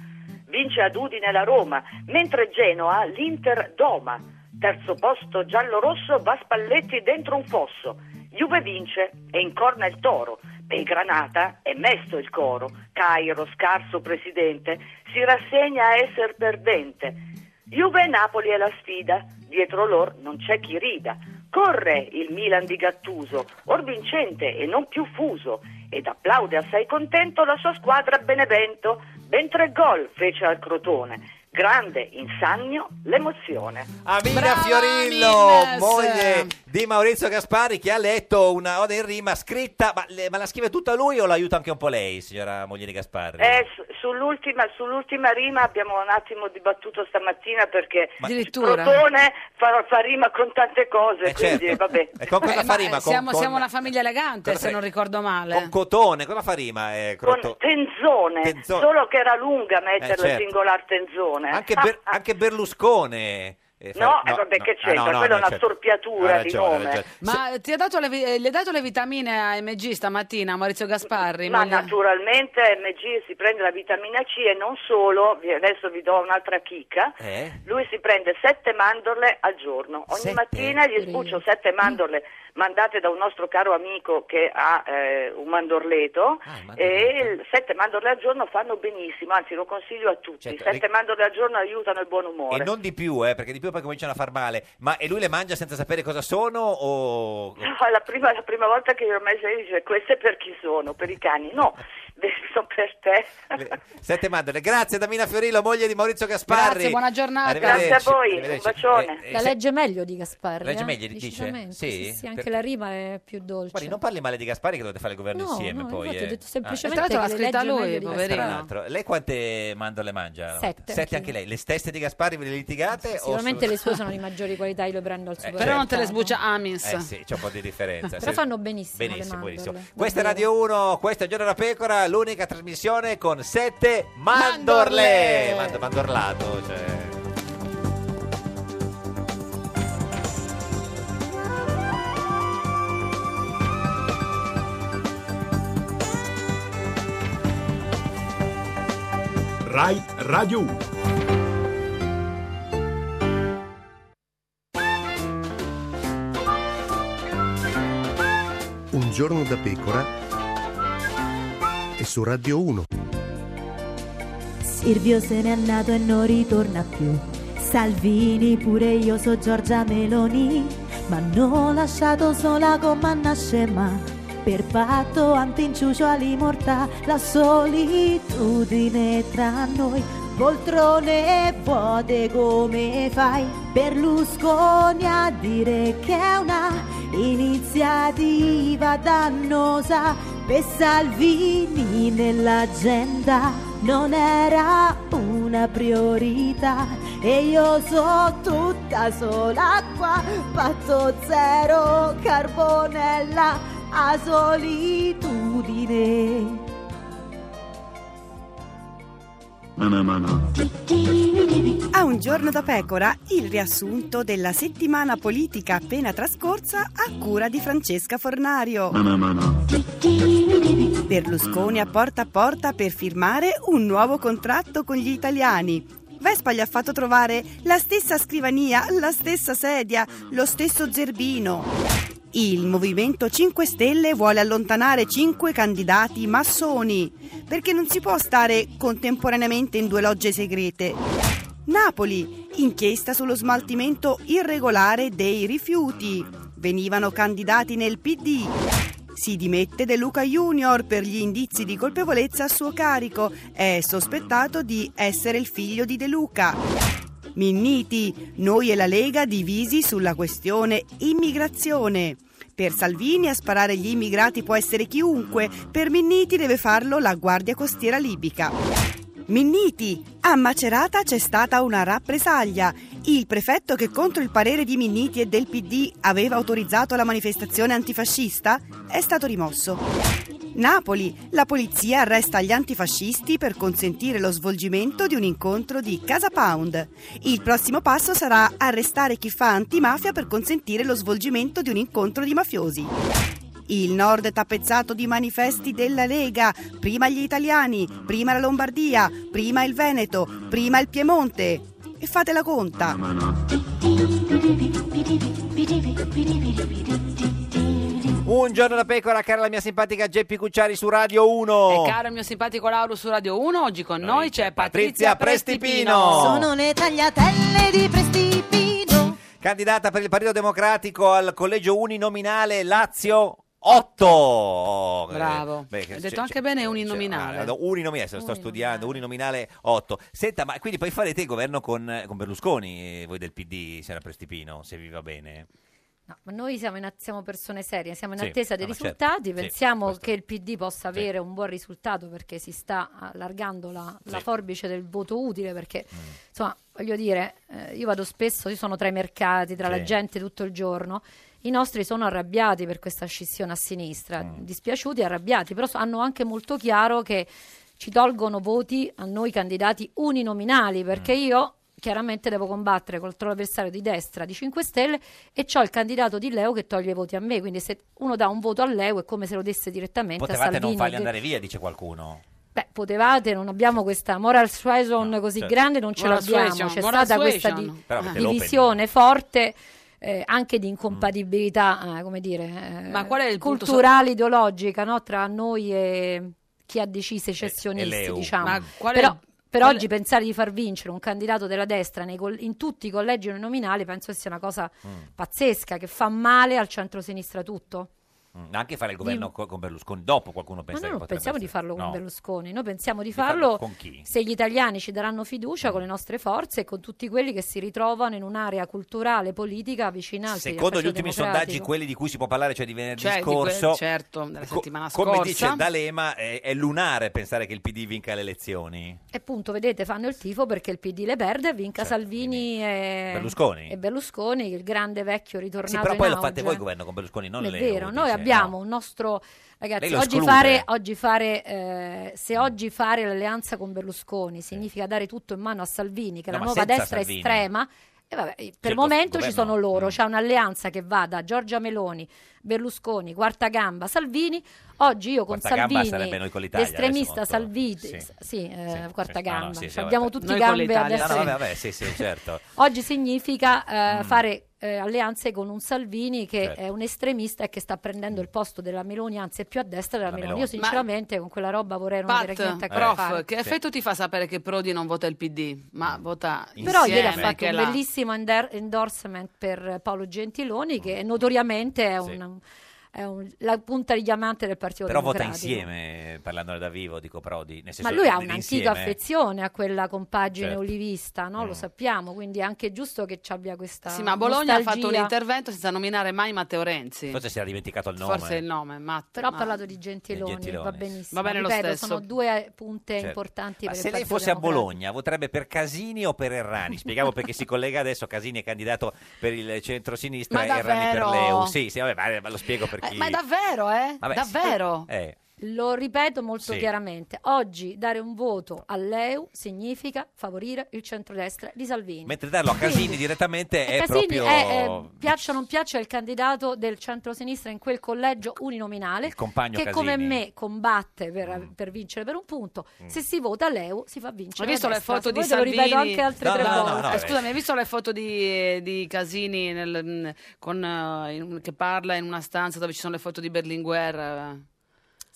Vince ad Udine la Roma, mentre Genoa l'Inter doma. Terzo posto giallo-rosso va Spalletti dentro un fosso. Juve vince e incorna il toro. Per Granata è mesto il coro. Cairo, scarso presidente, si rassegna a essere perdente. Juve e Napoli è la sfida, dietro loro non c'è chi rida. Corre il Milan di Gattuso, or vincente e non più fuso, ed applaude assai contento la sua squadra a Benevento. Ben tre gol fece al Crotone. Grande, insagno, l'emozione.
Amina Fiorillo, moglie Corriere di Maurizio Gasparri che ha letto una Oda in rima scritta, ma, le- ma la scrive tutta lui o l'aiuta anche un po' lei, signora moglie di Gasparri?
Eh, su- sull'ultima, sull'ultima rima abbiamo un attimo dibattuto stamattina perché
Addirittura?
Protone fa, fa rima con tante cose, quindi
certo.
vabbè.
E con cosa fa
Eh, ma,
rima?
eh,
Con,
siamo,
con-
siamo una famiglia elegante,
Cosa
se
sei?
non ricordo male.
con Cotone, cosa fa rima? eh,
Con
Crotone?
tenzone,
Tenzone.
solo che era lunga metterlo
Eh, certo.
singolar tenzone. Ah,
Anche, Ber- anche Berluscone. eh, fa-
No, eh, vabbè, che
Ah, no,
c'entra?
no,
Quella è
no,
una
certo.
storpiatura
Ha
di
ragione, ha
nome.
ragione.
Ma ti ha dato le, vi- eh, le ha dato le vitamine a MG stamattina, Maurizio Gasparri?
Ma
moglie?
naturalmente MG si prende la vitamina C e non solo, vi- adesso vi do un'altra chicca,
Eh?
lui si prende sette mandorle al giorno, ogni
Sette?
mattina gli sbuccio sette mandorle mandate da un nostro caro amico che ha eh, un mandorleto
Ah,
e il- sette mandorle al giorno fanno benissimo, anzi lo consiglio a tutti, sette
ric-
mandorle al giorno aiutano il buon umore.
Certo, eh. E non di più, eh, perché di più poi cominciano a far male. Ma e lui le mangia senza sapere cosa sono o...
No, la prima, la prima volta che io ormai sei dice queste per chi sono? Per i cani? No, sono per te.
Sette mandorle. Grazie Damina Fiorillo, moglie di Maurizio Gasparri.
Grazie, buona giornata.
Arrivederci,
Grazie a voi, un
arrivederci.
bacione.
Eh, eh,
La
se-
legge meglio di Gasparri.
Legge
eh?
meglio, dice?
Decisamente,
Sì?
Sì, sì, anche
Perché-
la rima è più dolce.
Guardi, non parli male di Gasparri che dovete fare il governo
No,
insieme
no,
poi.
infatti ho
eh.
detto
Ah,
semplicemente
eh,
che
l'ha
le
scritta
legge
lui,
meglio di
tra
Gasparri.
l'altro, Lei quante mandorle mangia?
Sette,
Sette anche
anch'io.
lei. Le stesse di Gasparri ve le litigate? o
Sicuramente
su-
le sue sono di maggiori qualità, io le prendo al supermercato.
Però non te le sbuccia Amis.
Eh sì, c'è un po' di differenza.
Però
Sì.
fanno benissimo le
Benissimo,
mandorle,
benissimo.
davvero.
Questa è Radio 1, questa è Giorno da Pecora, l'unica trasmissione con sette mandorle.
Mandorle.
Mand- mandorlato, cioè.
Rai Radio 1.
Un giorno da pecora e su Radio 1.
Silvio se n'è andato e non ritorna più. Salvini pure io so Giorgia Meloni, ma hanno lasciato sola con manna scema. Per patto antinciucio all'immortà, la solitudine tra noi. Poltrone vuote come fai, Berlusconi a dire che è una iniziativa dannosa per Salvini nell'agenda non era una priorità e io so tutta sola qua patto zero carbonella a solitudine
A un giorno da pecora, il riassunto della settimana politica appena trascorsa a cura di Francesca Fornario. Berlusconi a porta a porta per firmare un nuovo contratto con gli italiani. Vespa gli ha fatto trovare la stessa scrivania, la stessa sedia, lo stesso zerbino. Il Movimento 5 Stelle vuole allontanare 5 candidati massoni, perché non si può stare contemporaneamente in due logge segrete. Napoli, inchiesta sullo smaltimento irregolare dei rifiuti. Venivano candidati nel PD. Si dimette De Luca Junior per gli indizi di colpevolezza a suo carico. È sospettato di essere il figlio di De Luca. Minniti, noi e la Lega divisi sulla questione immigrazione. Per Salvini a sparare gli immigrati può essere chiunque, per Minniti deve farlo la Guardia Costiera Libica. Minniti, a Macerata c'è stata una rappresaglia. Il prefetto che contro il parere di Minniti e del PD aveva autorizzato la manifestazione antifascista è stato rimosso. Napoli, la polizia arresta gli antifascisti per consentire lo svolgimento di un incontro di Casa Pound. Il prossimo passo sarà arrestare chi fa antimafia per consentire lo svolgimento di un incontro di mafiosi. Il nord è tappezzato di manifesti della Lega, prima gli italiani, prima la Lombardia, prima il Veneto, prima il Piemonte. E fate la conta.
Un giorno da pecora, cara la mia simpatica Geppi Cucciari su Radio 1.
E caro il mio simpatico Lauro su Radio 1, oggi con Oh. noi c'è Patrizia,
Patrizia
Prestipino.
Prestipino.
sono le tagliatelle di Prestipino
Candidata per il Partito Democratico al collegio uninominale Lazio 8.
Bravo. Hai detto anche bene
Ah,
uninominale.
uninominale, se lo sto studiando, uninominale 8. Senta, ma quindi poi farete il governo con, con Berlusconi, eh, voi del PD, signora Prestipino, se vi va bene.
No, ma noi siamo, in a- siamo persone serie, siamo in
Sì,
attesa dei
no, ma
risultati,
certo. Sì,
pensiamo che il PD possa
Sì.
avere un buon risultato perché si sta allargando la, la
Sì. Mm.
forbice del voto utile, perché insomma, voglio dire, eh, io vado spesso, io sono tra i mercati, tra la
Sì.
gente tutto il giorno, i nostri sono arrabbiati per questa scissione a sinistra,
Mm.
dispiaciuti e arrabbiati, però so- hanno anche molto chiaro che ci tolgono voti a noi candidati uninominali, perché
Mm.
io chiaramente devo combattere contro l'avversario di destra di 5 Stelle e c'ho il candidato di Leo che toglie i voti a me, quindi se uno dà un voto a Leo è come se lo desse direttamente a
Potevate
Salvini.
non farli
che-
andare via, dice qualcuno.
Beh, potevate, non abbiamo questa moral suasion così
certo.
grande, non ce
Moral
l'abbiamo,
suasion,
c'è
moral
stata questa
suasion.
di-
Però avete Mm. l'open.
divisione forte. eh, anche di incompatibilità, eh, come dire, eh,
Ma qual è il punto
culturale, ideologica no? tra noi e chi ha
Eh,
deciso i
e
secessionisti,
l'EU.
diciamo.
Ma qual è
Però,
il-
per
qual è-
oggi pensare di far vincere un candidato della destra nei col- in tutti i collegi uninominali penso che sia una cosa pazzesca, che fa male al centro-sinistra tutto.
Mm, Anche fare il governo co- con Berlusconi. Dopo qualcuno
Ma
pensa
noi
che
non
potrebbe
pensiamo di
essere-
farlo con
No.
Berlusconi, noi pensiamo di
Di farlo
farlo
con chi? Mm.
se gli italiani ci daranno fiducia con le nostre forze e con tutti quelli che si ritrovano in un'area culturale, politica vicina al
Secondo gli
Partito
ultimi
Democratico.
sondaggi, quelli di cui si può parlare, cioè di venerdì
Cioè, di quel-
scorso,
certo, della settimana scorsa.
come dice D'Alema, è, è lunare pensare che il PD vinca le elezioni.
E appunto, vedete, fanno il tifo perché il PD le perde e vinca Salvini e
Certo, Berlusconi.
e Berlusconi, il grande vecchio ritornato
Sì, però
in
poi lo
auge.
fate voi il governo con Berlusconi, non
è
le eh,
vero, noi abbiamo un nostro
Lei
ragazzi,
lo
oggi
esclude. Mm.
fare, oggi fare, eh, se oggi fare l'alleanza con Berlusconi significa dare tutto in mano a Salvini, che è
No,
la
ma
nuova
senza
destra
Salvini.
estrema. e vabbè, per
Cioè, il go-
momento ci
governo- Mm.
sono loro, c'è un'alleanza che va da Giorgia Meloni, Berlusconi, Quarta Gamba, Salvini. Oggi io con
Quarta Gamba
Salvini,
sarebbe noi con l'Italia,
l'estremista
adesso molto-
Salvini,
sì.
sì, eh, Quarta
No, no,
Gamba,
sì, sì,
Cioè, abbiamo
vabbè.
tutti i gambe a destra
No,
e
no, vabbè, vabbè, sì, sì, certo.
Oggi significa eh,
Mm.
fare eh, alleanze con un Salvini che
Certo.
è un estremista e che sta prendendo il posto della Meloni, anzi è più a destra della
La
Meloni. Io
Meloni.
sinceramente con quella roba vorrei non avere niente
Pat,
a che fare.
prof, che effetto ti fa sapere che Prodi non vota il PD, ma vota
eh,
Però ieri ha
Mm. insieme,
fatto
che
un
la-
bellissimo ender- endorsement per eh, Paolo Gentiloni
Mm.
che notoriamente è, un- è un- la punta di diamante del Partito
Però vota
Democratico.
insieme, eh, parlandone da vivo, dico Prodi. nel
Ma
senso,
lui ha
insieme.
un'antica affezione a quella compagine
Certo.
olivista, no? lo sappiamo, quindi è anche giusto che ci abbia questa
Sì, ma a Bologna ha fatto un
nostalgia.
intervento senza nominare mai Matteo Renzi.
Forse si era dimenticato il nome.
Forse il nome, Matt.
Però ha
ma-
parlato di Gentiloni,
Gentiloni.
va benissimo.
Va bene lo
Ripeto,
stesso.
Sono due punte
Certo.
importanti
Ma
per
se
il
lei
Partito
fosse a
Democratico.
Bologna voterebbe per Casini o per Errani? Spiegavo perché si collega adesso. Casini è candidato per il centrosinistra
Ma
e Errani per
davvero?
Leu. Sì, sì, vabbè, ma- ma lo spiego per chi.
ma è davvero, eh?
Vabbè,
Davvero?
sì. Eh,
Lo ripeto molto
Sì.
chiaramente. Oggi dare un voto all'EU significa favorire il centrodestra di Salvini.
mentre darlo a Casini
Quindi-
direttamente
E
è
Casini
proprio
è, eh, piaccia o non piaccia, è il candidato del centrosinistra in quel collegio uninominale
compagno
che
Casini. Mm.
come me combatte per, per vincere per un punto. Se si vota l'EU si fa vincere.
Hai visto
la
le
destra.
foto
Se
di
volete
Salvini?
Lo ripeto anche altre tre volte.
Eh, Scusami, hai visto le foto di, di Casini nel- mh, con, eh, in- che parla in una stanza dove ci sono le foto di Berlinguer? eh?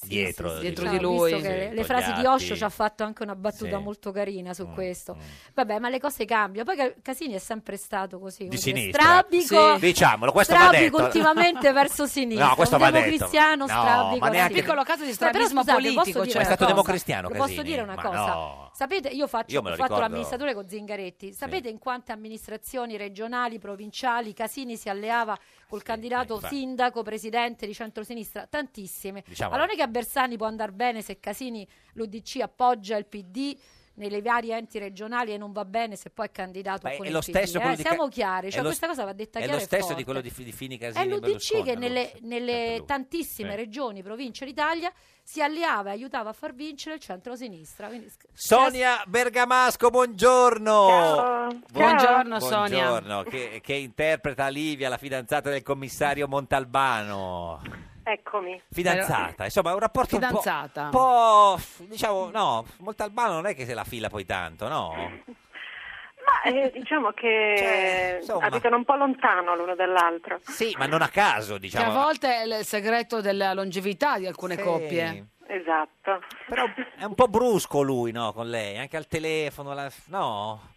dietro, diciamo.
sì, sì, dietro
Cioè,
di
ho
lui.
visto che
Sì,
le- le
Togliatti.
frasi di Osho ci ha fatto anche una battuta
Sì. Mm,
molto carina su questo. Vabbè, ma le cose cambiano. Poi Ca- Casini è sempre stato così,
di
come dire,
sinistra.
strabico.
Diciamolo, questo va
strabico
detto.
ultimamente verso sinistra.
No, questo
un
va detto.
democristiano
No,
strabico.
ma neanche-
sì.
Piccolo caso di
No, però
strabismo
scusate, posso
politico,
dire
cioè.
una
Ma è stato
cosa?
democristiano
Vi Posso
Casini?
dire una
Ma
cosa?
no.
Sapete, io faccio,
Io me
ho
lo
fatto
ricordo.
l'amministratore con Zingaretti. Sapete in quante amministrazioni regionali, provinciali, Casini si alleava col candidato
infatti.
sindaco, presidente di centrosinistra? Tantissime.
Diciamolo.
Allora non è che a Bersani può andare bene se Casini l'UDC appoggia il PD nelle varie enti regionali e non va bene se poi è candidato
Ma è-
con
è
il
lo stesso
PD,
quello
eh.
di Ca-
siamo chiari,
è
cioè
lo-
questa cosa va detta
È
chiara
lo
e
stesso
forte.
di quello di, Fi- di Fini Casini.
È
e
l'UDC
Berlusconi,
che
no?
nelle, nelle tantissime
Sì.
regioni, province d'Italia si alleava e aiutava a far vincere il centro-sinistra. Quindi, sc-
Sonia Bergamasco, buongiorno.
Ciao.
Buongiorno, Sonia.
Buongiorno, che, che interpreta Livia, la fidanzata del commissario Montalbano.
Eccomi.
Fidanzata, insomma, è un rapporto
Fidanzata.
un po', po', diciamo, no, Montalbano non è che se la fila poi tanto, no?
Ma eh, diciamo che
Cioè, insomma.
abitano un po' lontano l'uno dall'altro.
Sì, ma non a caso,
Che a
diciamo.
volte è il segreto della longevità di alcune coppie.
Esatto.
Però È un po' brusco lui, no, con lei, anche al telefono, la- no?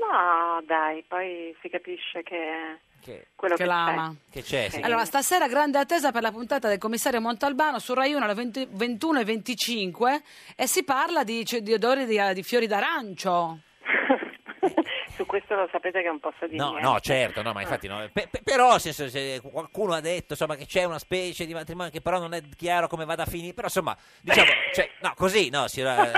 No, dai, poi si capisce che
Che,
quello
Che
che,
l'ama.
che c'è? Eh, sì.
Allora, stasera grande attesa per la puntata del commissario Montalbano su Rai 1 alle 20 21 e 25 e si parla di, cioè, di odori di, di fiori d'arancio.
c'è. Su questo lo sapete che non posso dire
No,
niente.
no, certo, no, ma infatti no. Pe- pe- però nel senso, se qualcuno ha detto insomma, che c'è una specie di matrimonio che però non è chiaro come vada a finire, però insomma, diciamo, cioè, no, così, no, si- eh,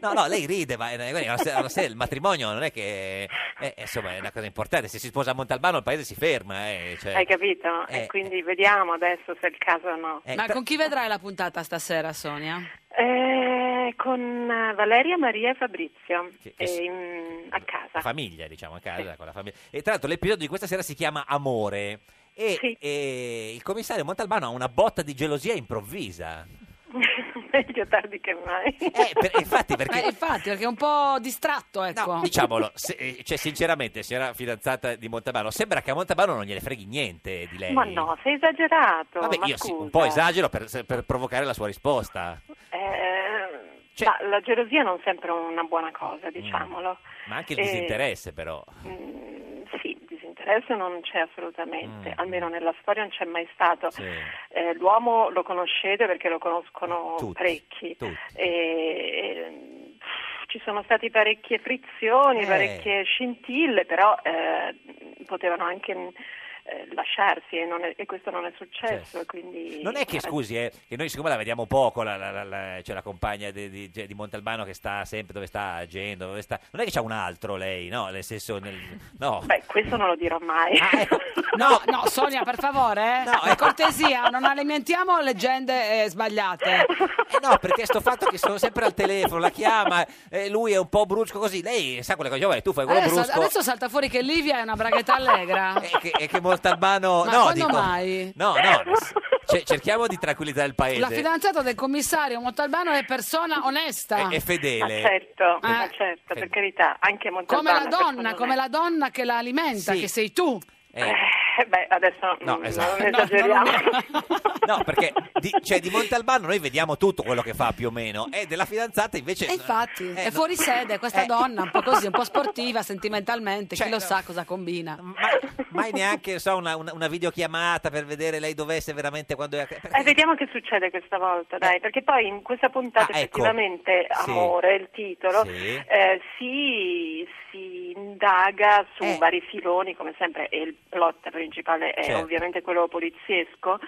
no, no, lei ride, ma eh, guardi, è una se- una se- il matrimonio non è che, eh, insomma, è una cosa importante, se si sposa a Montalbano il paese si ferma, eh, cioè-
Hai capito?
Eh,
e quindi vediamo adesso se è il caso o no.
Ma con chi vedrai la puntata stasera, Sonia?
Eh, con eh, Valeria, Maria e Fabrizio
che
Eh,
s-
in- a casa.
famiglia, diciamo, a casa con la famiglia. E tra l'altro l'episodio di questa sera si chiama Amore e, e il commissario Montalbano ha una botta di gelosia improvvisa.
Meglio tardi che mai.
Infatti perché
Eh, infatti, perché è un po' distratto, ecco.
Oh.
Diciamolo, se- eh, cioè, sinceramente, se era fidanzata di Montalbano, sembra che a Montalbano non gliene freghi niente di lei.
Ma no, sei esagerato.
Vabbè,
ma
io sì, un
scusa.
po' esagero per, per provocare la sua risposta,
Eh,
Cioè-
ma la gelosia non sempre è una buona cosa, diciamolo.
Mm. ma anche il
Eh,
disinteresse, però.
mm, sì, il disinteresse non c'è
Mm.
assolutamente, almeno nella storia non c'è mai stato. Eh, l'uomo lo conoscete perché lo conoscono
Tutti,
parecchi.
tutti.
E, e, pff, ci sono state parecchie frizioni,
Eh.
parecchie scintille, però eh, potevano anche mm, eh, lasciarsi e, non è- e questo non è successo. e Quindi,
Certo. Non è che,
eh,
scusi, eh, che noi siccome la vediamo poco, la, la- la- la- cioè la compagna di, di- di Montalbano che sta sempre dove sta agendo, dove sta... Non è che c'ha un altro lei, no? Nel senso... nel- no.
Beh, questo non lo dirò mai.
ah, ecco.
No, no, Sonia, per favore, eh. per cortesia, non alimentiamo leggende eh, sbagliate.
Eh, no, perché sto fatto che sono sempre al telefono, la chiama, eh, lui è un po' brusco così, lei sa quelle cose, vabbè, tu fai quello
Adesso,
brusco
adesso salta fuori che Livia è una braghetta allegra.
e che, e che Montalbano...
Ma
no,
quando
dico-
mai?
No, no, cioè, cerchiamo di tranquillizzare il paese.
La fidanzata del commissario Montalbano è persona onesta.
È- è fedele.
Ma certo,
Eh.
ma certo, per carità, anche
Come
Montalbano.
la
secondo
donna,
me.
come la donna che la alimenta, che sei tu.
Eh, beh, adesso
No,
mm,
esatto.
non esageriamo.
No, perché di, cioè, di Montalbano noi vediamo tutto quello che fa più o meno, e della fidanzata invece...
E infatti,
Eh,
è
Eh, no. Eh.
fuori sede questa donna, un po' così, un po' sportiva, sentimentalmente, chi lo
Certo.
sa cosa combina.
Mai neanche so, una, una- una videochiamata per vedere lei dovesse veramente quando è a casa.
Eh, vediamo che succede questa volta, dai, perché poi in questa puntata
Eh. Ah, ecco.
effettivamente
Sì.
Amore, il titolo,
Sì.
eh, si, si indaga su
Eh.
vari filoni, come sempre, e il plot principale è
Certo.
ovviamente quello poliziesco,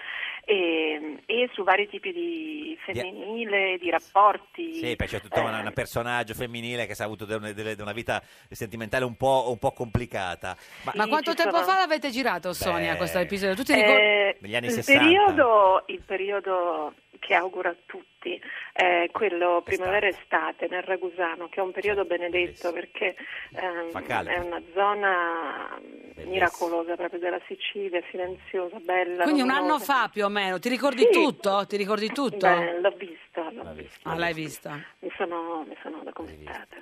e, e su vari tipi di femminile, di rapporti.
Sì, perché c'è tutta una, una personaggio femminile che si è avuto de- de- de- una vita sentimentale un po', un po' complicata. Ma,
Ma quanto tempo fa l'avete girato, Sonia, questo episodio? Cioè, Tu ti ricordi?
Eh,
Negli anni
il
60.
Periodo, il periodo che auguro a tutti è quello primavera-estate nel Ragusano, che è un periodo benedetto perché ehm,
Certo, Fa caldo.
è una zona mm, miracolosa proprio della Sicilia, silenziosa, bella.
Quindi un anno
luminosa.
fa più o meno, ti ricordi tutto? Ti ricordi tutto?
Beh, l'ho vista, l'ho vista.
Ah, l'hai vista.
Mi sono, mi sono documentata.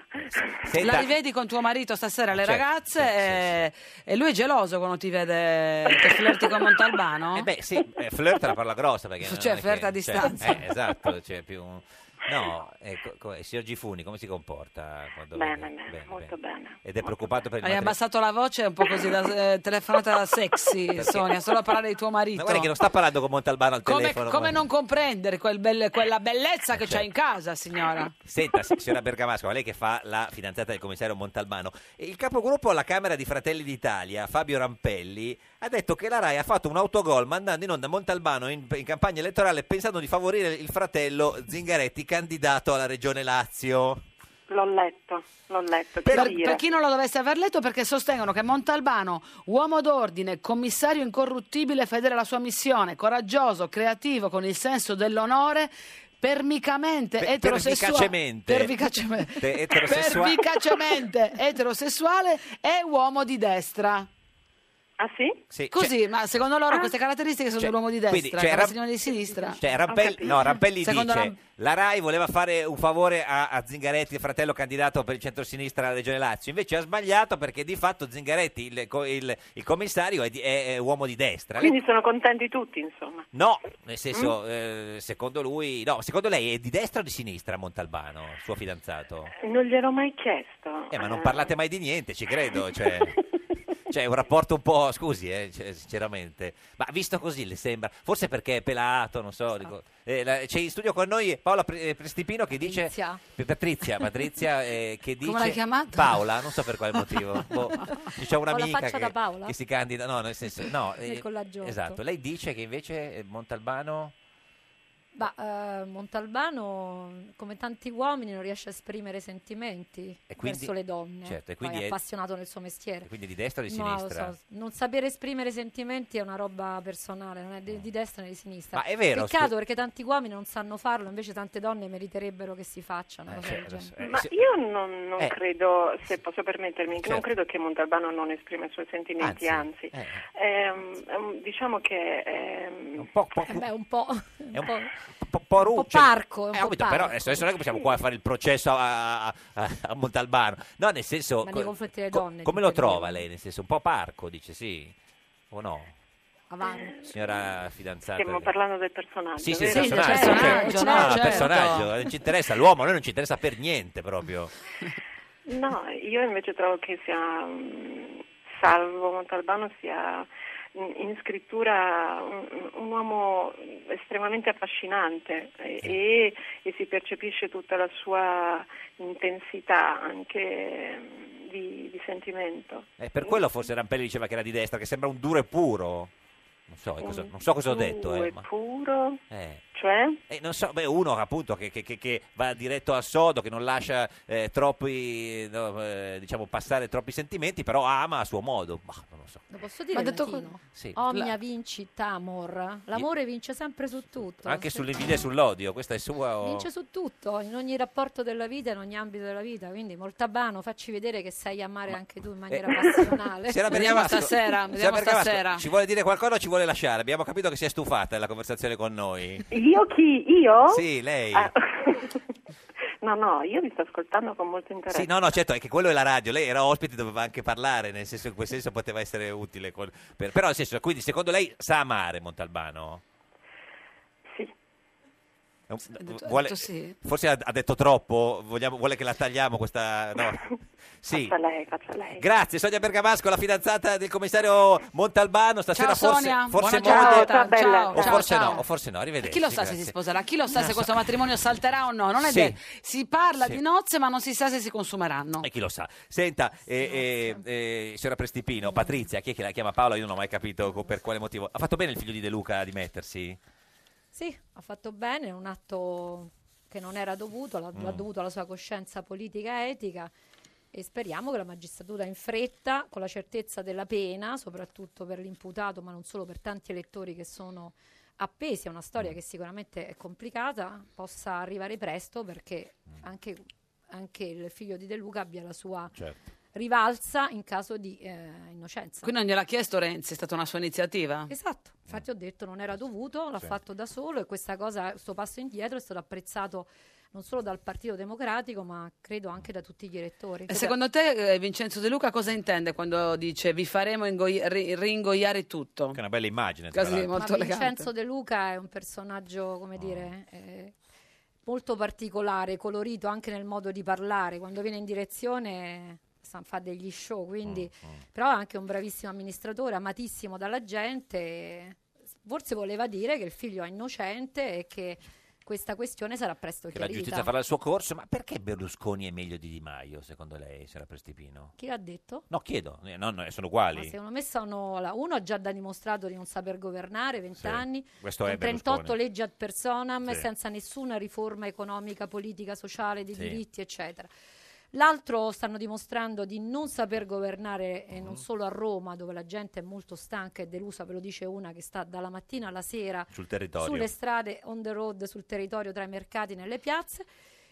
La rivedi con tuo marito stasera alle
Certo,
ragazze e, e lui è geloso quando ti vede che flirti con Montalbano?
Eh beh, sì, eh, flirt è una parola grossa perché non
Cioè,
è che-
flirt a distanza.
eh, esatto, cioè più un- No, ecco, co- il signor Gifuni come si comporta? Quando
Bene, bene, molto bene.
Ed è preoccupato per il
Hai
matrimonio?
abbassato la voce un po' così da eh, telefonata da sexy, Sonia, solo a parlare di tuo
Ma
marito.
guarda che non sta parlando con Montalbano al
Come,
telefono.
come
ma-
non comprendere quel bel- quella bellezza che c'hai in casa, signora?
Senta, si- signora Bergamasco, ma lei che fa la fidanzata del commissario Montalbano, il capogruppo alla Camera di Fratelli d'Italia, Fabio Rampelli, ha detto che la RAI ha fatto un autogol mandando in onda Montalbano in, in campagna elettorale pensando di favorire il fratello Zingaretti, candidato alla regione Lazio.
L'ho letto, l'ho letto. che
Per,
dire.
per chi non lo dovesse aver letto, perché sostengono che Montalbano, uomo d'ordine, commissario incorruttibile, fedele alla sua missione, coraggioso, creativo, con il senso dell'onore, permicamente
Per-
eterosessuale,
pervicacemente.
pervicacemente,
Te- eterosessuale.
pervicacemente eterosessuale e uomo di destra.
Ah sì? Ah.
Sì,
Così,
cioè-
ma secondo loro queste caratteristiche sono
cioè,
dell'uomo di destra,
quindi,
quindi,
cioè, Ram-
di sinistra.
Cioè, Rampelli, no, Rampelli
Secondo
dice
Ram-
la RAI voleva fare un favore a, a Zingaretti, il fratello candidato per il centrosinistra alla Regione Lazio, invece ha sbagliato perché di fatto Zingaretti, il, co- il- il commissario, è, di- è- è uomo di destra.
Quindi sono contenti tutti, insomma.
No,
Mm?
nel senso, eh, secondo lui, no, secondo lei è di destra o di sinistra Montalbano, suo fidanzato?
Non gliel'ho mai chiesto. Eh,
Eh, ma non parlate mai di niente, ci credo, cioè... Cioè, è un rapporto un po'. Scusi, eh, cioè, sinceramente. Ma visto così le sembra. Forse perché è pelato, non
Esatto.
so. dico- eh, la- c'è in studio con noi Paola Pre- eh, Prestipino che dice.
Patrizia.
Pe- Patrizia, Patrizia, eh, che dice.
Come l'hai chiamata?
Paola, non so per quale motivo. Boh, c'è
Ho la
un'amica
faccia da
che,
Paola?
che si candida. No, nel senso. No,
Nel collaggiotto.
esatto. Lei dice che invece eh, Montalbano.
Ma eh, Montalbano, come tanti uomini, non riesce a esprimere sentimenti
E quindi-
verso le donne.
certo, e
Poi
quindi
è
è-
appassionato nel suo mestiere.
Quindi di destra o di
No, lo
sinistra?
so, non sapere esprimere sentimenti è una roba personale, non è di, di destra né di sinistra.
Mm. Ma è vero,
Peccato
scu-
perché tanti uomini non sanno farlo, invece tante donne meriterebbero che si facciano.
Eh,
cose
cioè,
del
adesso-
genere.
eh,
Ma
se-
io non, non
Eh.
credo, se posso permettermi,
Certo.
non credo che Montalbano non esprima i suoi sentimenti, anzi,
eh,
Ehm, ehm, diciamo che ehm,
Eh beh, un po', un po',
un po'
un po' parco, un
Eh,
po'
ho capito, però
parco.
adesso, adesso non è che possiamo qua fare il processo a, a- a- a Montalbano. No, nel senso.
Ma
co-
nei confronti delle donne.
come lo
intendevo.
trova lei? Nel senso, un po' parco, dice sì o no?
Avanti.
Signora fidanzata.
stiamo parlando del personaggio.
Sì, sì,
vero?
il personaggio, cioè, no, il personaggio, non ci interessa l'uomo, a noi non ci interessa per niente proprio.
Eh, No, io invece trovo che sia mm, Salvo Montalbano sia mm, in scrittura un, un uomo estremamente affascinante eh, e, e si percepisce tutta la sua intensità anche mm, di, di sentimento.
Eh, per quello forse Rampelli diceva che era di destra, che sembra un duro e puro. Non so, eh, cosa, non so cosa ho detto.
Duro
eh,
e
ma-
puro,
eh.
cioè?
Eh, non so, beh, uno appunto che, che- che- che va diretto al sodo, che non lascia eh, troppi, no, eh, diciamo, passare troppi sentimenti, però ama a suo modo. Bah, non lo so.
Lo posso dire?
Ma detto
Latino?
Sì.
Omnia
La-
vinci tamor. L'amore vince sempre su tutto.
Anche
Se-
sull'invidia e sull'odio, questa è sua. oh. o-
Vince su tutto, in ogni rapporto della vita, in ogni ambito della vita. Quindi, Moltabano, facci vedere che sai amare anche tu in maniera
Eh.
passionale.
Signora Bergamasco- signora Bergamasco, Ci vuole dire qualcosa o ci vuole lasciare? Abbiamo capito che si è stufata della conversazione con noi.
Io chi? Io?
Sì, lei.
Ah. no, no, io vi sto ascoltando con molto interesse.
Sì, no, no, certo, è che quello è la radio. Lei era ospite, doveva anche parlare, nel senso in quel senso poteva essere utile. col- per- Però, nel senso, quindi secondo lei sa amare Montalbano?
Sì.
È un-
detto- ha
vuole-
detto sì?
Forse ha, ha detto troppo, vogliamo- vuole che la tagliamo questa... No. Sì.
Faccia lei, faccia lei.
Grazie, Sonia Bergamasco, la fidanzata del commissario Montalbano. Stasera forse,
Sonia.
forse
Buona
mode-
giornata, Ciao, bella.
o
ciao,
forse
ciao.
no, o forse no,
E
arrivederci.
chi lo sa se
Eh, grazie.
si sposerà? Chi lo sa
Non
se
so.
questo matrimonio salterà o no? Non è
Sì.
detto. Si parla
Sì.
di nozze, ma non si sa se si consumeranno.
E chi lo sa? Senta, eh, eh, eh, signora Prestipino, Patrizia, chi è che la chiama Paola? Io non ho mai capito co- per quale motivo. Ha fatto bene il figlio di De Luca a dimettersi?
Sì, ha fatto bene, è un atto che non era dovuto, l'ha, l'ha
Mm.
dovuto alla sua coscienza politica e etica e speriamo che la magistratura in fretta, con la certezza della pena, soprattutto per l'imputato, ma non solo per tanti elettori che sono appesi a una storia che sicuramente è complicata, possa arrivare presto perché anche, anche il figlio di De Luca abbia la sua
Cioè
certo.
rivalsa in caso di eh, innocenza.
Qui non gliel'ha chiesto Renzi, è stata una sua iniziativa.
Esatto, infatti ho detto non era dovuto, l'ha
Eh. Sì.
fatto da solo e questa cosa, questo passo indietro è stato apprezzato non solo dal Partito Democratico ma credo anche da tutti gli elettori. Cioè,
E secondo te eh, Vincenzo De Luca cosa intende quando dice vi faremo ingoi- ri- ringoiare tutto?
Che è una bella immagine. tra
Così,
l'altro.
molto Ah.
Ma
elegante.
Vincenzo De Luca è un personaggio, come dire, eh, molto particolare, colorito anche nel modo di parlare, quando viene in direzione eh, sa- fa degli show,
Mm,
quindi
Mm,
però è anche un bravissimo amministratore, amatissimo dalla gente, forse voleva dire che il figlio è innocente e che questa questione sarà presto
Che la
chiarita.
giustizia farà il suo corso, ma perché Berlusconi è meglio di Di Maio, secondo lei, signora Prestipino?
Chi l'ha detto?
No, chiedo, eh, no, no, sono
Ma
uguali.
secondo me sono la- uno ha già da dimostrato di non saper governare 20
Sì,
anni
questo
con
è
38
Berlusconi.
leggi ad personam
Sì.
senza nessuna riforma economica, politica, sociale, di
Sì.
diritti eccetera L'altro stanno dimostrando di non saper governare e
Mm.
non solo a Roma, dove la gente è molto stanca e delusa, ve lo dice una che sta dalla mattina alla sera
Sul territorio.
sulle strade, on the road, sul territorio, tra i mercati, nelle piazze.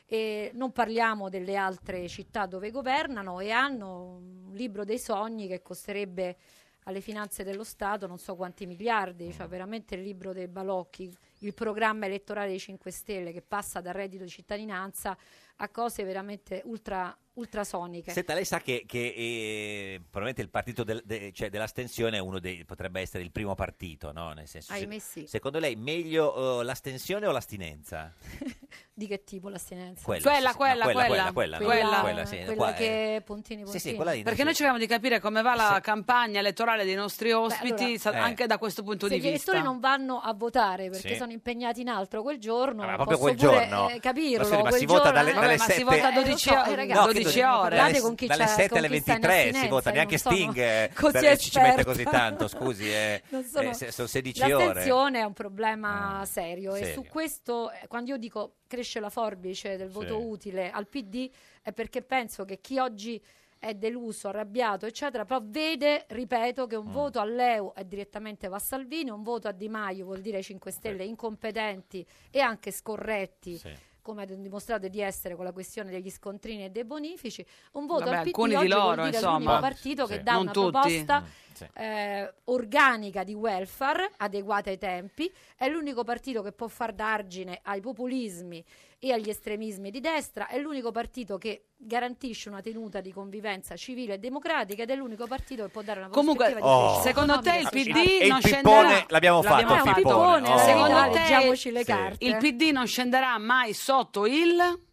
E non parliamo delle altre città dove governano e hanno un libro dei sogni che costerebbe alle finanze dello Stato non so quanti miliardi,
Mm.
cioè veramente il libro dei balocchi, il programma elettorale dei 5 Stelle che passa dal reddito di cittadinanza a cose veramente ultra, ultrasoniche.
Senta, lei sa che, che, eh, probabilmente il partito del- de- cioè, dell'astensione è uno dei, potrebbe essere il primo partito, no? Nel senso, se-
Ahimè sì.
Secondo lei meglio eh, l'astensione o l'astinenza?
Di che tipo l'astinenza? Cioè,
Quella,
Quella,
sì, sì.
quella,
No,
quella.
quella, quella, no,
Quella,
quella, sì,
quella
qua, eh.
che puntini puntini.
Sì, sì, quella lì.
Perché noi cerchiamo di capire come va la campagna elettorale dei nostri ospiti
allora-
sa-
Eh.
anche da questo punto
se
di
gli elettori
vista.
non vanno a votare perché
Sì.
sono impegnati in altro quel giorno,
Ma proprio
posso
quel
pure,
giorno.
eh, capirlo.
Ma scusi, ma
quel
si vota
giorno,
dalle-
eh,
dalle
ma si
sette-
vota a
Eh, lo
12,
so,
ore,
eh,
ragazzi,
no, che 12 ore.
guardate con chi
dalle
c'è,
7 alle
con chi sta in
23 si vota,
astinenza,
neanche
non sono
Sting eh,
così
per- ci mette
esperta.
così tanto, scusi, eh,
Non sono-
eh, se- sono 16 ore. Ah,
L'attenzione è un problema serio, e su
serio.
questo, eh, quando io dico cresce la forbice del voto
Sì.
utile al PD, è perché penso che chi oggi è deluso, arrabbiato, eccetera, però vede, ripeto, che un
Mm.
voto all'EU è direttamente va a Salvini, un voto a Di Maio vuol dire 5 Stelle incompetenti e anche scorretti. Come hanno dimostrato di essere con la questione degli scontrini e dei bonifici, un voto
Vabbè,
al PD
alcuni di
oggi vuol
loro,
dire
insomma.
l'unico partito che
Sì.
dà
Non
una
tutti.
proposta
Mm,
eh, organica di welfare adeguata ai tempi, è l'unico partito che può far d'argine ai populismi e agli estremismi di destra, è l'unico partito che garantisce una tenuta di convivenza civile e democratica ed è l'unico partito che può dare una
Comunque,
prospettiva
Oh.
di crescita
secondo te il
economica e
PD
sociale.
E
non
il
scenderà.
pippone l'abbiamo fatto, Oh.
L'abbiamo
il pippone.
pippone,
Secondo
dai,
te
leggiamoci le carte.
il PD non scenderà mai sotto il...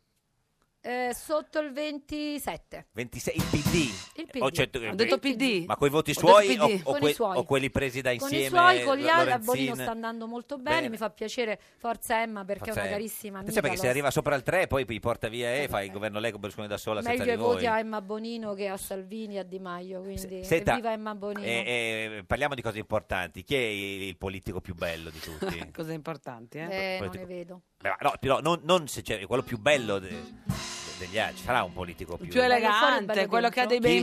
Eh, sotto il 27.
26, il PD.
Il PD.
Ho certo-
Ho detto PD.
Ma coi voti
Ho
suoi
detto
o,
PD.
o
Con
que-
i suoi.
o quelli presi da
Con
insieme?
i suoi, con gli altri, a Bonino
Lorenzin?
sta andando molto bene,
Bene.
mi fa piacere, forza Emma, perché è
Forza,
una
eh.
carissima amica.
Attenzione perché se
lo- Eh,
arriva sopra il 3 poi vi porta via e fa il governo lei con Berlusconi da sola senza
Meglio
di
i
voi.
voti a Emma Bonino che a Salvini e a Di Maio, quindi
Senta,
viva Emma Bonino.
eh, eh, parliamo di cose importanti. Chi è il, il politico più bello di tutti?
Cose importanti, eh?
Eh, non
politico-
ne vedo.
Beh, ma no, però non, non se c'è quello più bello de- de- degli altri. Ci sarà un politico più,
Più
fuori, bello
elegante, quello che ha dei
dentro.
bei
Chi?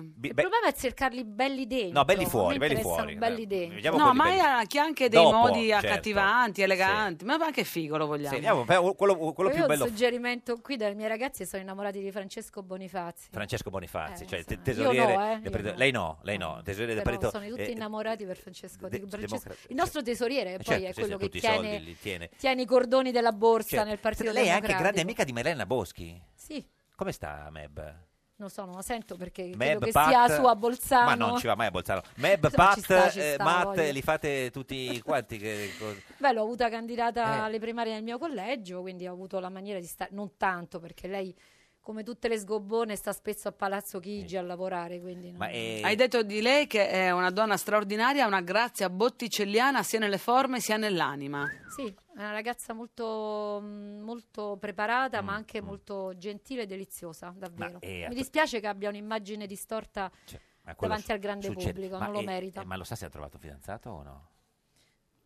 Bi-
Cioè, Il
beh,
problema è cercarli belli dentro.
No, belli
a me
fuori, belli
interessano
fuori. eh.
Belli dentro.
vediamo
no,
quelli
ma
belli.
ha chi ha anche dei
Dopo,
modi
certo.
accattivanti, eleganti, ma anche figo lo vogliamo.
sì, andiamo, per- quello, quello
Io
più
ho
bello
un suggerimento qui dai miei ragazzi sono innamorati di Francesco Bonifazzi.
Francesco Bonifazzi,
Eh,
cioè te-
insomma,
tesoriere.
io no, eh,
del
io
partito-
no.
Lei no, lei no, tesoriere del
Però
partito.
sono tutti
eh,
innamorati per Francesco,
de-
di Francesco-
democra- cioè,
il nostro tesoriere poi
certo,
è
sì, sì,
quello che
tutti i
tiene,
soldi li tiene.
tiene i cordoni della borsa
Certo.
nel partito
Lei è anche
Democratico.
grande amica di Marilena Boschi.
Sì,
Come sta Meb?
non so, non lo sento perché
Meb,
credo che
Pat-
sia su a Bolzano.
Ma non ci va mai a Bolzano. Meb,
Insomma,
Pat,
ci sta, ci
eh,
sta,
Matt,
voglio.
li fate tutti quanti? Che, cos-
Beh, l'ho avuta candidata
Eh.
alle primarie del mio collegio, quindi ho avuto la maniera di stare, non tanto perché lei, come tutte le sgobbone, sta spesso a Palazzo Chigi a lavorare. Quindi non-
Mm. Hai detto di lei che è una donna straordinaria, una grazia botticelliana sia nelle forme sia nell'anima.
Sì, è una ragazza molto, mm, molto preparata, ma anche molto gentile e deliziosa, davvero.
Mm, eh,
Mi
att-
dispiace che abbia un'immagine distorta
cioè, ma quello
davanti
su-
al grande
succede.
pubblico,
Ma
non lo
eh,
merita.
eh, ma lo sa se ha trovato un fidanzato o no?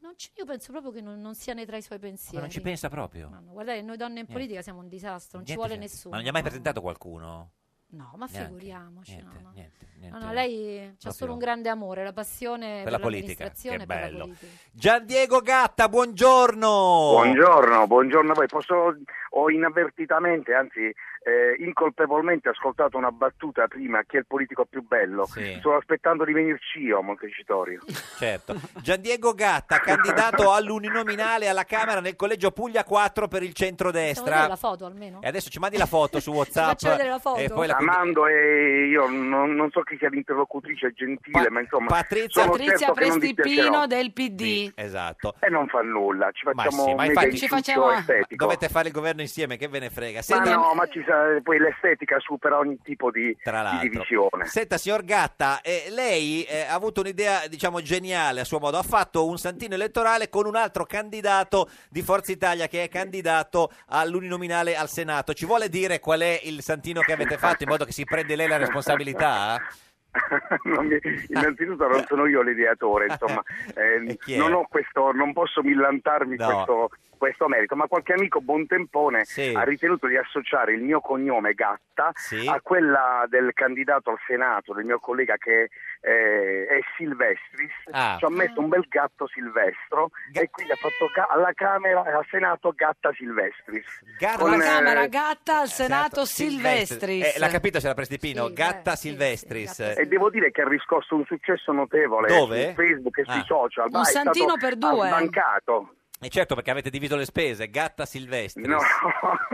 Non c- io penso proprio che non, non sia né tra i suoi pensieri.
Ma non ci pensa proprio.
No, Guardate, noi donne in
Niente.
politica siamo un disastro, non
Niente,
ci vuole
niente.
nessuno.
Ma non gli ha mai presentato qualcuno?
No, ma
Neanche.
figuriamoci. no,
Niente,
no.
niente,
No,
niente.
no, lei
Proprio-
ha solo un grande amore, la passione
Per
per,
la politica, che
l'amministrazione e per la
bello.
politica.
Gian Diego Gatta, buongiorno.
Buongiorno, buongiorno a voi. Posso, ho inavvertitamente, anzi eh, incolpevolmente ascoltato una battuta prima, chi è il politico più bello? Sto aspettando di venirci io a Montecitorio.
Certo. Gian Diego Gatta, candidato all'uninominale alla Camera nel collegio Puglia 4 per il
Possiamo vedere
centrodestra.
la foto almeno?
E adesso ci mandi la foto su WhatsApp.
faccia vedere la foto?
E poi la...
Amando e io non, non so chi sia l'interlocutrice gentile, ma insomma
Patrizia-
sono
Patrizia
certo che non
Prestipino
dispiacerò.
del PD.
Esatto.
E non fa nulla, ci
Ma
facciamo
sì,
un
ma
mega
infatti-
inciuccio
Ci facciamo-
estetico.
Dovete fare il governo insieme, che ve ne frega.
Ma
Senta,
no, ma ci sa- poi l'estetica supera ogni tipo di, di divisione.
senta, signor Gatta, eh, lei eh, ha avuto un'idea, diciamo, geniale a suo modo. Ha fatto un santino elettorale con un altro candidato di Forza Italia che è candidato all'uninominale al Senato. Ci vuole dire qual è il santino che avete fatto in modo che si prende lei la responsabilità? eh?
Non mi- innanzitutto non sono io l'ideatore, insomma, ehm,
chi è?
non, ho questo, non posso millantarmi
No.
questo, questo merito, ma qualche amico buontempone ha ritenuto di associare il mio cognome Gatta a quella del candidato al Senato, del mio collega che eh, è Silvestris,
Ah.
ci ha messo un bel gatto Silvestro e quindi ha fatto ga- alla Camera e al Senato Gatta Silvestris.
Gatta-
Alla
eh,
Camera
esatto.
Gatta, al Senato Silvestris.
Eh, l'ha capito, c'era Prestipino? Gatta Silvestris.
E devo dire che ha riscosso un successo notevole
Dove?
su Facebook e sui
Ah.
social. ma
Un
è stato
santino per due.
Sbancato.
E certo, perché avete diviso le spese. Gatta Silvestris.
No.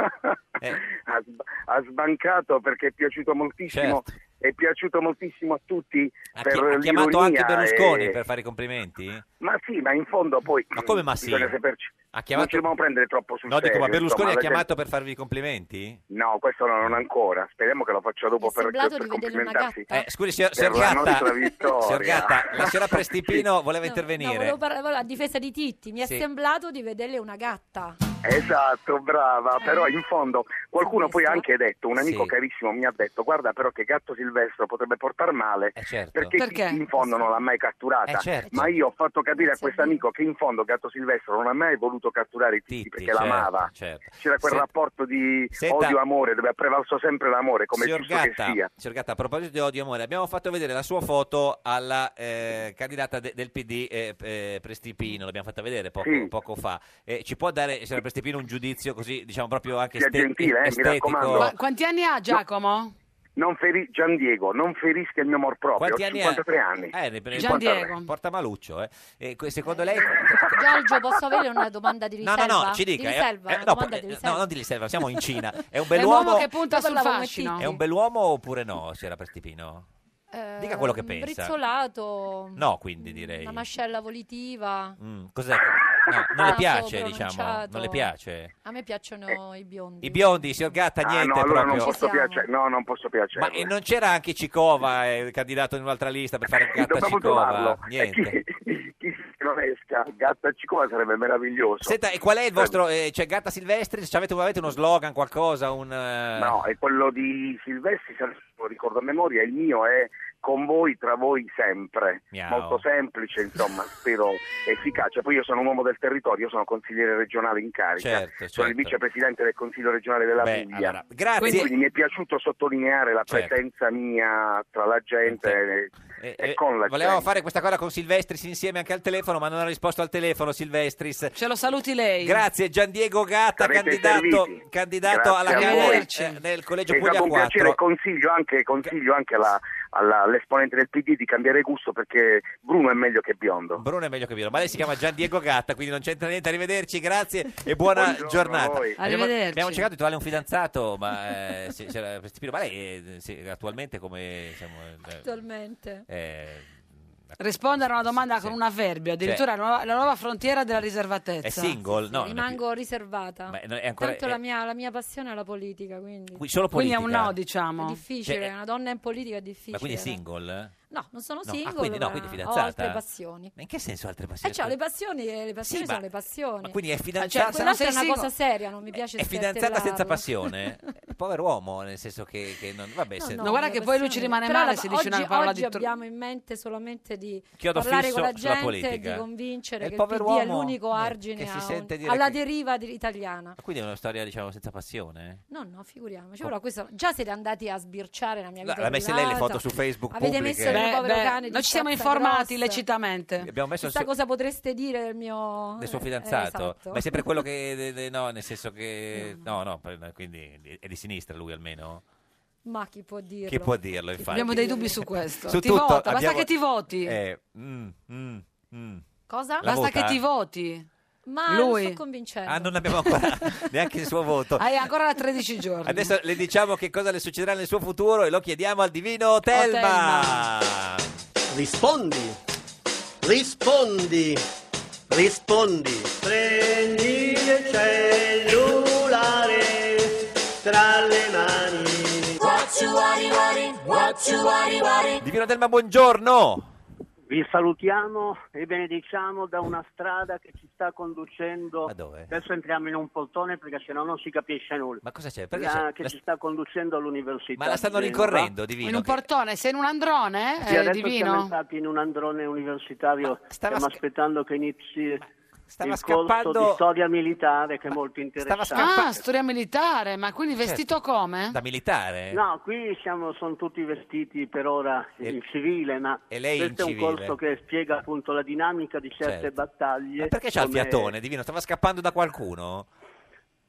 ha, sb- ha sbancato perché è piaciuto moltissimo. È piaciuto moltissimo a tutti
Certo. Ha,
per
chi- ha chiamato
l'ironia
anche Berlusconi
e-
per fare i complimenti?
Ma sì, ma in fondo poi
Ma come ma sì?
bisogna saperci.
Ha chiamato-
Non ci dobbiamo prendere troppo sul
No, dico, ma
serio,
Berlusconi
insomma,
ha
la gente-
chiamato per farvi i complimenti?
No, questo no, non ancora. Speriamo che lo faccia dopo per,
semblato
per
di vedere una
complimentarsi.
Eh, scusi, signor,
per
signor
la
Gatta,
nostra vittoria.
signor Gatta, la signora Prestipino voleva
No,
intervenire.
volevo parlare volevo- a difesa di Titti. Mi
Sì.
è sembrato di vederle una gatta.
Esatto,
Eh.
brava, però in fondo qualcuno poi ha anche detto, un amico
Sì.
carissimo mi ha detto guarda però che gatto silvestro potrebbe portar male
Eh, certo.
perché,
Perché?
chi in fondo non l'ha mai catturata,
Eh, certo.
ma io ho fatto capire
Certo.
a questo amico che in fondo gatto silvestro non ha mai voluto catturare i Titti perché
certo,
l'amava,
certo.
c'era quel
Senta-
rapporto di
Senta-
odio-amore dove ha prevalso sempre l'amore come è
Signor
giusto che
Gatta,
sia.
signor Gatta, a proposito di odio e amore, abbiamo fatto vedere la sua foto alla eh, candidata de- del PD eh, eh, Prestipino, l'abbiamo fatta vedere poco,
Sì.
poco fa. Eh, ci può dare, signora Prestipino, un giudizio così, diciamo, proprio anche
Sia
este-
gentile, eh, mi
estetico?
raccomando.
Qua- quanti anni ha Giacomo?
Non feri- Gian Diego, non ferisca il mio amor proprio,
Quanti
ho
anni ha?
53 anni.
Eh, ne- ne-
Gian
porta-
Diego.
Porta Maluccio, eh. E que- secondo lei...
Giorgio, posso avere una domanda di
No,
riserva?
no, no, ci dica.
Di
eh,
riserva,
eh,
una
no,
domanda
eh,
di
no,
riserva.
non di riserva, siamo in Cina. È un
È l'uomo
bell'uomo...
che punta
Io
sul
parlavo con
fascino.
È un bell'uomo oppure no, signora Prestipino?
Eh,
Dica quello che pensa.
Brizzolato,
No, quindi direi.
una mascella volitiva.
Mm, cos'è? che- no, non le
Bravo,
piace,
pronunciato.
diciamo. Non le piace.
A me piacciono i biondi.
I biondi, signor Gatta,
Ah,
niente
no, allora
proprio.
non posso piacere, no, non posso piacere.
Ma eh, non c'era anche Cicova, eh, candidato in un'altra lista per fare Gatta
Dobbiamo
Cicova?
trovarlo. Eh,
Niente.
Chi non esca, gatta cicoma sarebbe meraviglioso.
Senta, e qual è il vostro... eh, cioè, Gatta Silvestri, se avete, avete uno slogan, qualcosa, un... eh,
No, è quello di Silvestri, se non ricordo a memoria, il mio è con voi, tra voi, sempre.
Miau.
Molto semplice, insomma, spero efficace. Poi io sono un uomo del territorio, sono consigliere regionale in carica,
Certo,
sono il
certo.
vicepresidente del Consiglio regionale della
Beh,
Puglia.
allora, grazie.
Quindi mi è piaciuto sottolineare la
Certo.
presenza mia tra la gente
eh,
e,
eh,
e con la
volevamo
gente.
fare questa cosa con Silvestris insieme anche al telefono, ma non ha risposto al telefono Silvestris.
Ce lo saluti lei.
Grazie Gian Diego Gatta,
Sarete
candidato,
serviti.
candidato alla
Grazie a
Camera
voi.
eh, del Collegio
È
Puglia
stato un piacere
4.
e consiglio anche, consiglio anche alla- alla- all'esponente del PD di cambiare gusto perché Bruno è meglio che biondo.
Bruno è meglio che Bruno, ma lei si chiama Gian Diego Gatta, quindi non c'entra niente. Arrivederci, grazie e buona
Buongiorno
giornata.
a voi.
Abbiamo-
Arrivederci.
Abbiamo cercato di trovare un fidanzato, ma, eh, se- se era- ma lei eh, se- attualmente come... Diciamo, eh,
Attualmente.
eh,
Rispondere a una domanda con un avverbio, addirittura la, nuova, la nuova frontiera della riservatezza.
è single? No, non è più-
Rimango riservata.
Ma non è ancora-
Tanto
è-
la, mia, la mia passione è la politica, quindi.
Qui- solo
Quindi è un
politica.
no, diciamo.
È difficile,
Cioè, è-
una donna in politica è difficile.
ma quindi è single?
No, non sono
No, ah,
single,
quindi no,
ma
quindi
ho altre
fidanzata.
passioni.
Ma in che senso altre
Eh,
passioni?
cioè, le passioni, eh, le passioni
ma-
sono le passioni.
ma quindi è
Cioè,
fidanzata-
quella
se non sei
è una
single-
cosa seria, non mi piace
È fidanzata senza
spiattellarlo.
passione? Eh, Povero uomo, nel senso che, che non... Vabbè, se-
no, No, guarda che poi lui ci rimane
Però
male
la-
se
oggi,
dice una parola
oggi
di tro-
abbiamo in mente solamente di
Chiodo
parlare
fisso
con la
sulla
gente,
politica.
di convincere
E il
che il
povero
PD è
uomo,
l'unico
eh,
argine
che si
a un-
sente dire
alla
che-
deriva di- italiana.
Ma Quindi è una storia, diciamo, senza passione?
No, no, figuriamoci. Allora, questo- già siete andati a sbirciare la mia
No,
vita.
l'ha messa lei le
privata.
foto su Facebook
Avete
pubbliche.
messo il mio
Beh,
povero
beh,
cane.
noi ci siamo informati lecitamente.
Abbiamo messo il
Questa
suo-
cosa potreste dire del mio
del suo
eh,
fidanzato,
esatto.
ma è sempre quello che de- de- no, nel senso che no, no, per- quindi è di sinistra lui almeno.
Ma chi può dirlo?
Chi può dirlo, infatti?
Abbiamo dei dubbi su questo.
Su
ti
tutto
vota, basta
abbiamo-
che ti voti.
Eh, mm, mm, mm.
Cosa?
La
basta
vota?
che ti voti.
Ma
Lui.
lo sto convincendo.
Ah, non abbiamo ancora neanche il suo voto.
Hai ancora 13 giorni.
Adesso le diciamo che cosa le succederà nel suo futuro e lo chiediamo al divino Telma.
Rispondi, rispondi, rispondi. Prendi il cellulare tra le mani.
What you worry, worry, what you worry, worry.
Divino Telma, buongiorno.
Vi salutiamo e benediciamo diciamo, da una strada che ci sta conducendo. Adesso entriamo in un poltone perché sennò non si capisce nulla.
Ma cosa c'è?
Perché c'è?
La, che
La-
ci sta conducendo all'università.
Ma la stanno
di Genova.
rincorrendo, divino.
In un portone, sei in un androne?
Sì,
eh,
adesso siamo
divino.
entrati in un androne universitario. Stiamo aspettando che inizi
stava
il corso
scappando-
di storia militare che è molto interessante.
Ah, storia militare, ma quindi
Certo.
vestito come?
Da militare?
No, qui siamo, sono tutti vestiti per ora in civile, ma
lei in
questo è un
civile?
corso che spiega appunto la dinamica di certe
Certo.
battaglie.
Ma perché c'ha il
come-
fiatone, divino? Stava scappando da qualcuno?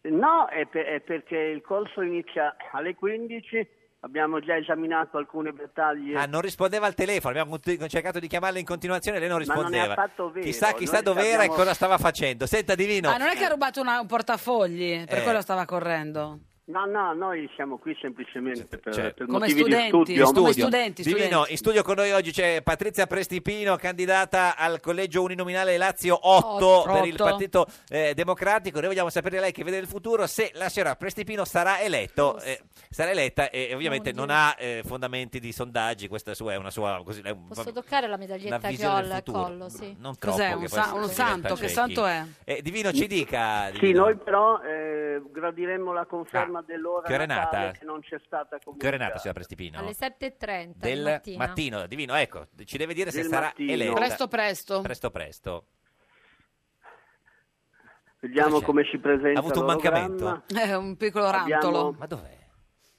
No, è, per- è perché il corso inizia alle 15, abbiamo già esaminato alcune battaglie.
Ah, non rispondeva al telefono, abbiamo cont- cercato di chiamarla in continuazione e lei non
Ma non è
rispondeva.
affatto vero,
Chissà, chissà
noi
dove era e
abbiamo-
cosa stava facendo. Senta, divino.
Ah, non è che ha rubato una- un portafogli, per
Eh.
quello stava correndo.
No, no, noi siamo qui semplicemente per,
Cioè,
per
come
motivi
studenti,
di studio.
Studio. Divino, in studio con noi oggi c'è Patrizia Prestipino, candidata al collegio uninominale Lazio 8
Otto.
per il
Otto.
Partito eh, Democratico. Noi vogliamo sapere lei che vede il futuro se la signora Prestipino sarà eletto, eh, sarà eletta e e ovviamente non ha eh, fondamenti di sondaggi, questa sua è una sua così, è un-
Posso toccare la medaglietta
Una
che
visione
ho
del
al
futuro.
collo? Sì.
non troppo
Cos'è?
che
Un
poi
sa-
si
uno
diventa
santo? Che
ciechi.
santo è?
Eh, Divino ci dica.
Sì,
Divino.
noi però eh, gradiremmo la conferma dell'ora
Ah, che ora è nata?
natale che non c'è stata
Che ora è
comunicata.
nata signora Prestipino?
Alle 7.30 di
del mattino.
mattina.
divino, ecco, ci deve dire se
Del
sarà
mattino.
eletta.
Presto,
presto.
Presto presto.
Vediamo
Cosa c'è?
come si presenta
Ha avuto un
l'orogramma.
mancamento.
È un piccolo
Abbiamo-
rantolo.
Ma
dov'è?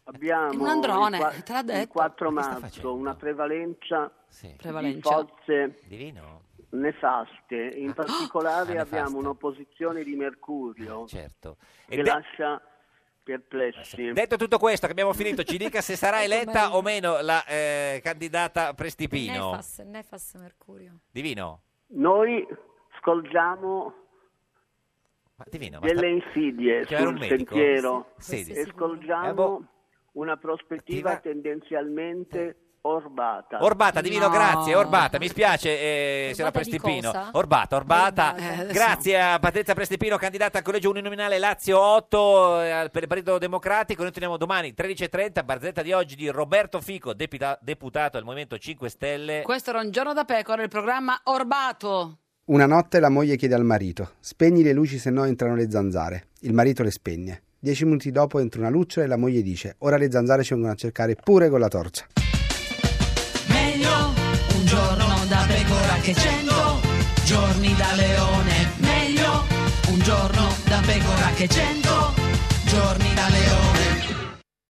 Abbiamo
È un androne,
il qua-
te l'ha detto.
Il 4 marzo una prevalenza,
Prevalenza.
di forze
Divino.
nefaste. In particolare
Ah,
abbiamo
nefaste.
un'opposizione di Mercurio
Certo.
che
E de-
lascia perplessi.
Detto tutto questo, che abbiamo finito, ci dica se sarà eletta o meno la eh, candidata Prestipino.
Nefas, Nefas Mercurio.
Divino.
Noi scolgiamo
Ma divino, ma
delle insidie
C'era
sul
un medico?
sentiero
Sì, sì,
e
sì. Eh, boh. Eh.
scolgiamo una prospettiva tendenzialmente orbata.
Orbata, divino, grazie, Orbata, mi spiace, eh, signora
Orbata di
Prestipino.
cosa? Eh,
Orbata, Orbata.
Orbata.
grazie a Patrizia Prestipino, candidata al collegio uninominale Lazio 8 eh, al- per il Partito Democratico. Noi torniamo domani 13.30, barzetta di oggi di Roberto Fico, deputa- deputato al Movimento 5 Stelle.
Questo era un giorno da pecora, il programma Orbato.
Una notte la moglie chiede al marito: Spegni le luci, se no entrano le zanzare. Il marito le spegne. Dieci minuti dopo entra una lucciola e la moglie dice: Ora le zanzare ci vengono a cercare pure con la torcia.
Meglio un giorno da pecora che cento giorni da leone. Meglio un giorno da pecora che cento giorni da leone.